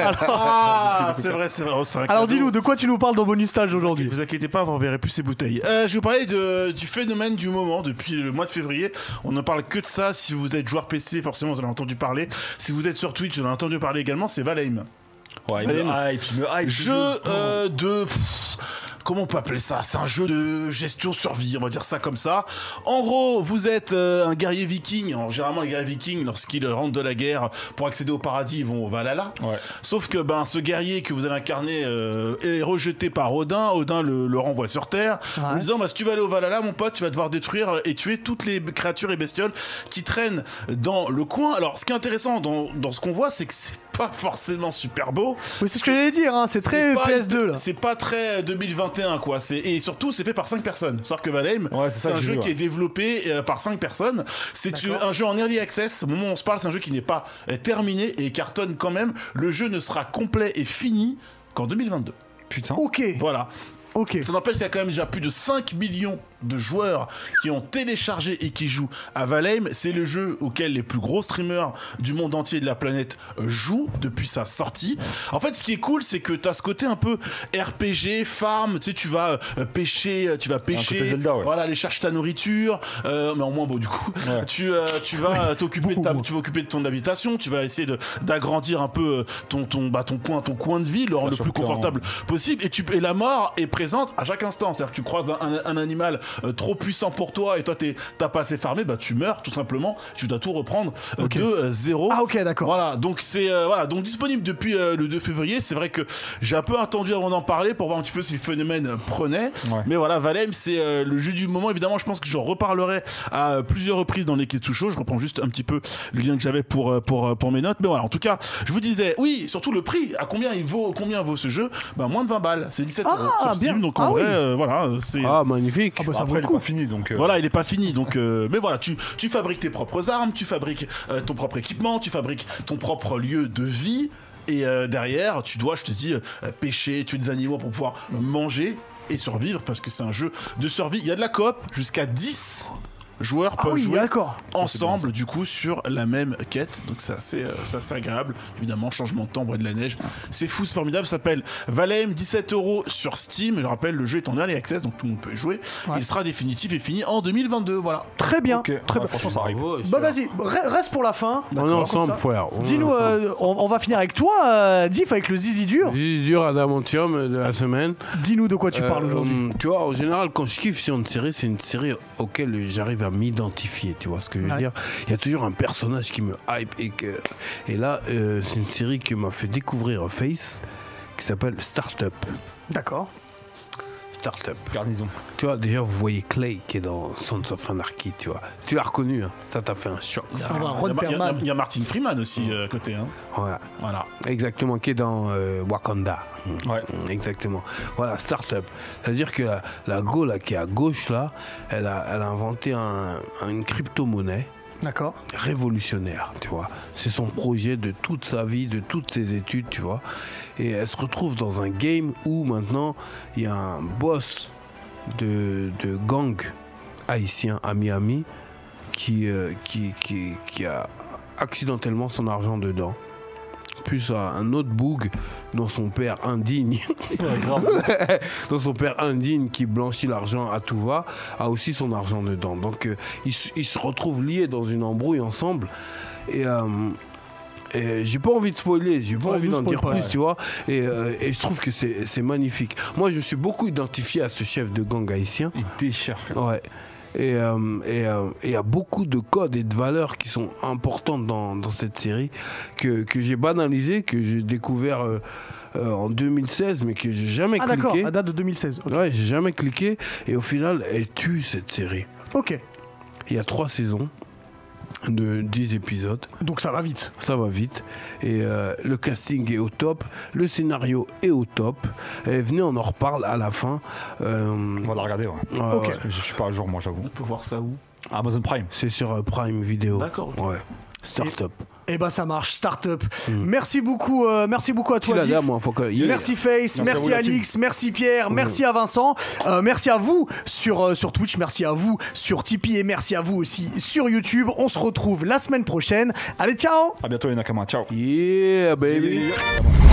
Speaker 5: Ah, c'est vrai, c'est vrai. Oh, c'est un
Speaker 1: alors
Speaker 5: cadeau.
Speaker 1: dis-nous, de quoi tu nous parles dans Bonus Stage aujourd'hui
Speaker 5: Vous inquiétez pas, vous ne verrez plus ces bouteilles. Euh, je vais vous parler de- du phénomène du moment depuis le mois de février. On ne parle que de ça. Si vous êtes joueur PC, forcément, vous en avez entendu parler. Si vous êtes sur Twitch, vous en avez entendu parler également. C'est Valheim.
Speaker 2: Ouais, il me hype, Ah, il Oh. me hype.
Speaker 5: Jeu euh, de. pff, Comment on peut appeler ça C'est un jeu de gestion survie, on va dire ça comme ça. En gros, vous êtes euh, un guerrier viking. Alors, généralement, les guerriers vikings, lorsqu'ils rentrent de la guerre pour accéder au paradis, ils vont au Valhalla.
Speaker 2: Ouais.
Speaker 5: Sauf que ben, ce guerrier que vous allez incarner euh, est rejeté par Odin. Odin le, le renvoie sur Terre en lui disant bah, Si tu vas aller au Valhalla, mon pote, tu vas devoir détruire euh, et tuer toutes les créatures et bestioles qui traînent dans le coin. Alors, ce qui est intéressant dans, dans ce qu'on voit, c'est que c'est pas forcément super beau.
Speaker 1: Oui, c'est ce que j'allais dire, hein, c'est très
Speaker 5: C'est pas-
Speaker 1: PS2 là.
Speaker 5: C'est pas très euh, 2021 quoi. C'est et surtout c'est fait par 5 personnes. Sauf que Valheim,
Speaker 2: Ouais, c'est ça
Speaker 5: c'est
Speaker 2: que
Speaker 5: un
Speaker 2: j'ai
Speaker 5: jeu
Speaker 2: vu,
Speaker 5: qui
Speaker 2: ouais.
Speaker 5: est développé euh, par 5 personnes. C'est une- un jeu en early access. Au moment où on se parle, c'est un jeu qui n'est pas euh, terminé et cartonne quand même. Le jeu ne sera complet et fini qu'en 2022.
Speaker 2: Putain.
Speaker 1: Ok,
Speaker 5: Voilà.
Speaker 1: ok.
Speaker 5: Ça n'empêche qu'il y a quand même déjà plus de 5 millions de joueurs qui ont téléchargé et qui jouent à Valheim. C'est le jeu auquel les plus gros streamers du monde entier et de la planète euh, jouent depuis sa sortie. En fait, ce qui est cool, c'est que tu as ce côté un peu RPG, farm, tu sais, tu vas euh, pêcher, euh, tu vas pêcher,
Speaker 2: côté Zelda, ouais.
Speaker 5: voilà, aller chercher ta nourriture, euh, mais en moins beau du coup.
Speaker 2: Ouais.
Speaker 5: Tu, euh, tu vas t'occuper de ta- tu vas occuper de ton habitation, tu vas essayer de- d'agrandir un peu euh, ton ton bah, ton coin, ton coin de vie, le rendre
Speaker 2: Bien
Speaker 5: le
Speaker 2: sûr,
Speaker 5: plus
Speaker 2: clairement.
Speaker 5: confortable possible. Et tu et la mort est présente à chaque instant. C'est-à-dire que tu croises un, un- un animal euh, trop puissant pour toi et toi t'es- t'as pas assez farmé, bah tu meurs tout simplement. Tu dois tout reprendre euh,
Speaker 1: Ok.
Speaker 5: de euh, zéro.
Speaker 1: Ah, ok, d'accord.
Speaker 5: Voilà, donc c'est euh, voilà, donc disponible depuis euh, le 2 février. C'est vrai que j'ai un peu attendu avant d'en parler pour voir un petit peu si le phénomène euh, prenait.
Speaker 2: Ouais.
Speaker 5: Mais voilà, Valheim, c'est euh, le jeu du moment. Évidemment, je pense que j'en reparlerai à euh, plusieurs reprises dans les Ketsu Show. Je reprends juste un petit peu le lien que j'avais pour, euh, pour, euh, pour mes notes. Mais voilà, en tout cas, je vous disais, oui, surtout le prix. À combien il vaut, combien vaut ce jeu Bah, moins de 20 balles. C'est 17
Speaker 1: Ah,
Speaker 5: euros sur Steam.
Speaker 1: bien.
Speaker 5: Donc en
Speaker 1: Ah oui.
Speaker 5: vrai, euh, voilà, euh, c'est.
Speaker 3: Ah, magnifique.
Speaker 1: Ah bah ça vaut
Speaker 2: Après,
Speaker 1: le
Speaker 2: il est
Speaker 1: coup.
Speaker 2: pas fini, donc. euh,
Speaker 5: Voilà, il est pas fini. Donc, euh, mais voilà, tu, tu fabriques tes propres armes, tu fabriques euh, ton propre équipement, tu fabriques ton propre lieu de vie. Et euh, derrière, tu dois, je te dis, euh, pêcher, tuer des animaux pour pouvoir manger et survivre parce que c'est un jeu de survie. Il y a de la coop, jusqu'à 10 joueurs
Speaker 1: Ah
Speaker 5: peuvent
Speaker 1: oui,
Speaker 5: jouer
Speaker 1: d'accord.
Speaker 5: ensemble du coup sur la même quête donc c'est assez, euh, c'est assez agréable évidemment changement de temps et de la neige c'est fou c'est formidable ça s'appelle Valheim 17 euros sur Steam je rappelle le jeu est en early access donc tout le monde peut y jouer
Speaker 1: Ouais.
Speaker 5: il sera définitif et fini en 2022 voilà
Speaker 1: Très bien.
Speaker 2: ok.
Speaker 1: Très
Speaker 2: Ouais,
Speaker 1: bien.
Speaker 2: Franchement, ça arrive.
Speaker 1: Bah vas-y, re- reste pour la fin.
Speaker 3: On est ensemble,
Speaker 1: Comme ça.
Speaker 3: frère. Hum. On est
Speaker 1: Dis-nous,
Speaker 3: ensemble.
Speaker 1: euh, on, on va finir avec toi, euh, Diff, avec le zizi dur.
Speaker 3: Dis dur adamantium de la semaine.
Speaker 1: Dis-nous de quoi tu parles
Speaker 3: Euh,
Speaker 1: aujourd'hui.
Speaker 3: hum, Tu vois, en général, quand je kiffe sur une série, c'est une série auquel j'arrive à m'identifier. Tu vois ce que je veux
Speaker 1: Ouais.
Speaker 3: dire Il y a toujours un personnage qui me hype. Et, que... et là, euh, c'est une série qui m'a fait découvrir Face qui s'appelle Startup.
Speaker 1: D'accord.
Speaker 3: Startup.
Speaker 2: Garnison.
Speaker 3: Tu vois, déjà, vous voyez Clay qui est dans Sons of Anarchy, tu vois. Tu l'as reconnu, hein. ça t'a fait un choc.
Speaker 1: Ah, bah,
Speaker 5: Il y a
Speaker 1: Ron
Speaker 5: Ma- il y a-
Speaker 1: Perlman.
Speaker 5: Il y a Martin Freeman aussi euh, à côté. hein.
Speaker 3: Voilà.
Speaker 5: Voilà.
Speaker 3: Exactement, qui est dans euh, Wakanda.
Speaker 2: Ouais.
Speaker 3: Mm, Exactement. Voilà, start-up. C'est-à-dire que la, la Go, là, qui est à gauche, là, elle a, elle a inventé un- une crypto-monnaie
Speaker 1: D'accord.
Speaker 3: révolutionnaire, tu vois. C'est son projet de toute sa vie, de toutes ses études, tu vois. Et elle se retrouve dans un game où maintenant il y a un boss de, de gang haïtien à Miami qui, euh, qui, qui, qui a accidentellement son argent dedans. Plus un- un autre boug dont son père indigne, dont son père indigne qui blanchit l'argent à tout va, a aussi son argent dedans. Donc euh, ils, se- ils se retrouvent liés dans une embrouille ensemble. Et, euh, et j'ai pas envie de spoiler, j'ai pas
Speaker 1: Ouais,
Speaker 3: envie
Speaker 1: nous
Speaker 3: d'en
Speaker 1: spoil
Speaker 3: dire
Speaker 1: pas,
Speaker 3: plus,
Speaker 1: ouais.
Speaker 3: tu vois. Et, euh, et je trouve que c'est c'est magnifique. Moi, je me suis beaucoup identifié à ce chef de gang haïtien.
Speaker 2: Il déchire.
Speaker 3: Ouais. Et euh, et, euh, et il y a beaucoup de codes et de valeurs qui sont importantes dans, dans cette série que, que j'ai banalisé, que j'ai découvert euh, euh, en 2016, mais que j'ai jamais
Speaker 1: Ah d'accord,
Speaker 3: cliqué.
Speaker 1: à date de 2016. Ok.
Speaker 3: Ouais, j'ai jamais cliqué. Et au final, elle tue cette série.
Speaker 1: Ok.
Speaker 3: Il y a trois saisons de 10 épisodes.
Speaker 1: Donc ça va vite.
Speaker 3: Ça va vite. Et euh, le casting est au top. Le scénario est au top. Et venez, on en reparle à la fin. Euh,
Speaker 2: On va la regarder, ouais.
Speaker 3: ouais, ouais.
Speaker 2: Je suis pas à jour, moi, j'avoue.
Speaker 5: On peut voir ça où
Speaker 2: Amazon Prime.
Speaker 3: C'est sur euh, Prime Vidéo.
Speaker 5: D'accord, ok.
Speaker 3: Ouais. Startup.
Speaker 1: Eh ben ça marche, start-up.
Speaker 2: Mm.
Speaker 1: Merci beaucoup, euh, merci beaucoup à
Speaker 3: Si
Speaker 1: toi,
Speaker 3: la
Speaker 1: Diff.
Speaker 3: dame, hein, faut que- il-
Speaker 1: Merci Face, merci,
Speaker 2: à vous, la team. Mm.
Speaker 1: Alix, merci Pierre, merci à Vincent, euh, merci à vous sur, euh, sur Twitch, merci à vous sur Tipeee et merci à vous aussi sur YouTube. On se retrouve la semaine prochaine. Allez, ciao
Speaker 2: À bientôt, les Nakama. Ciao.
Speaker 3: Yeah, baby.
Speaker 2: Salut.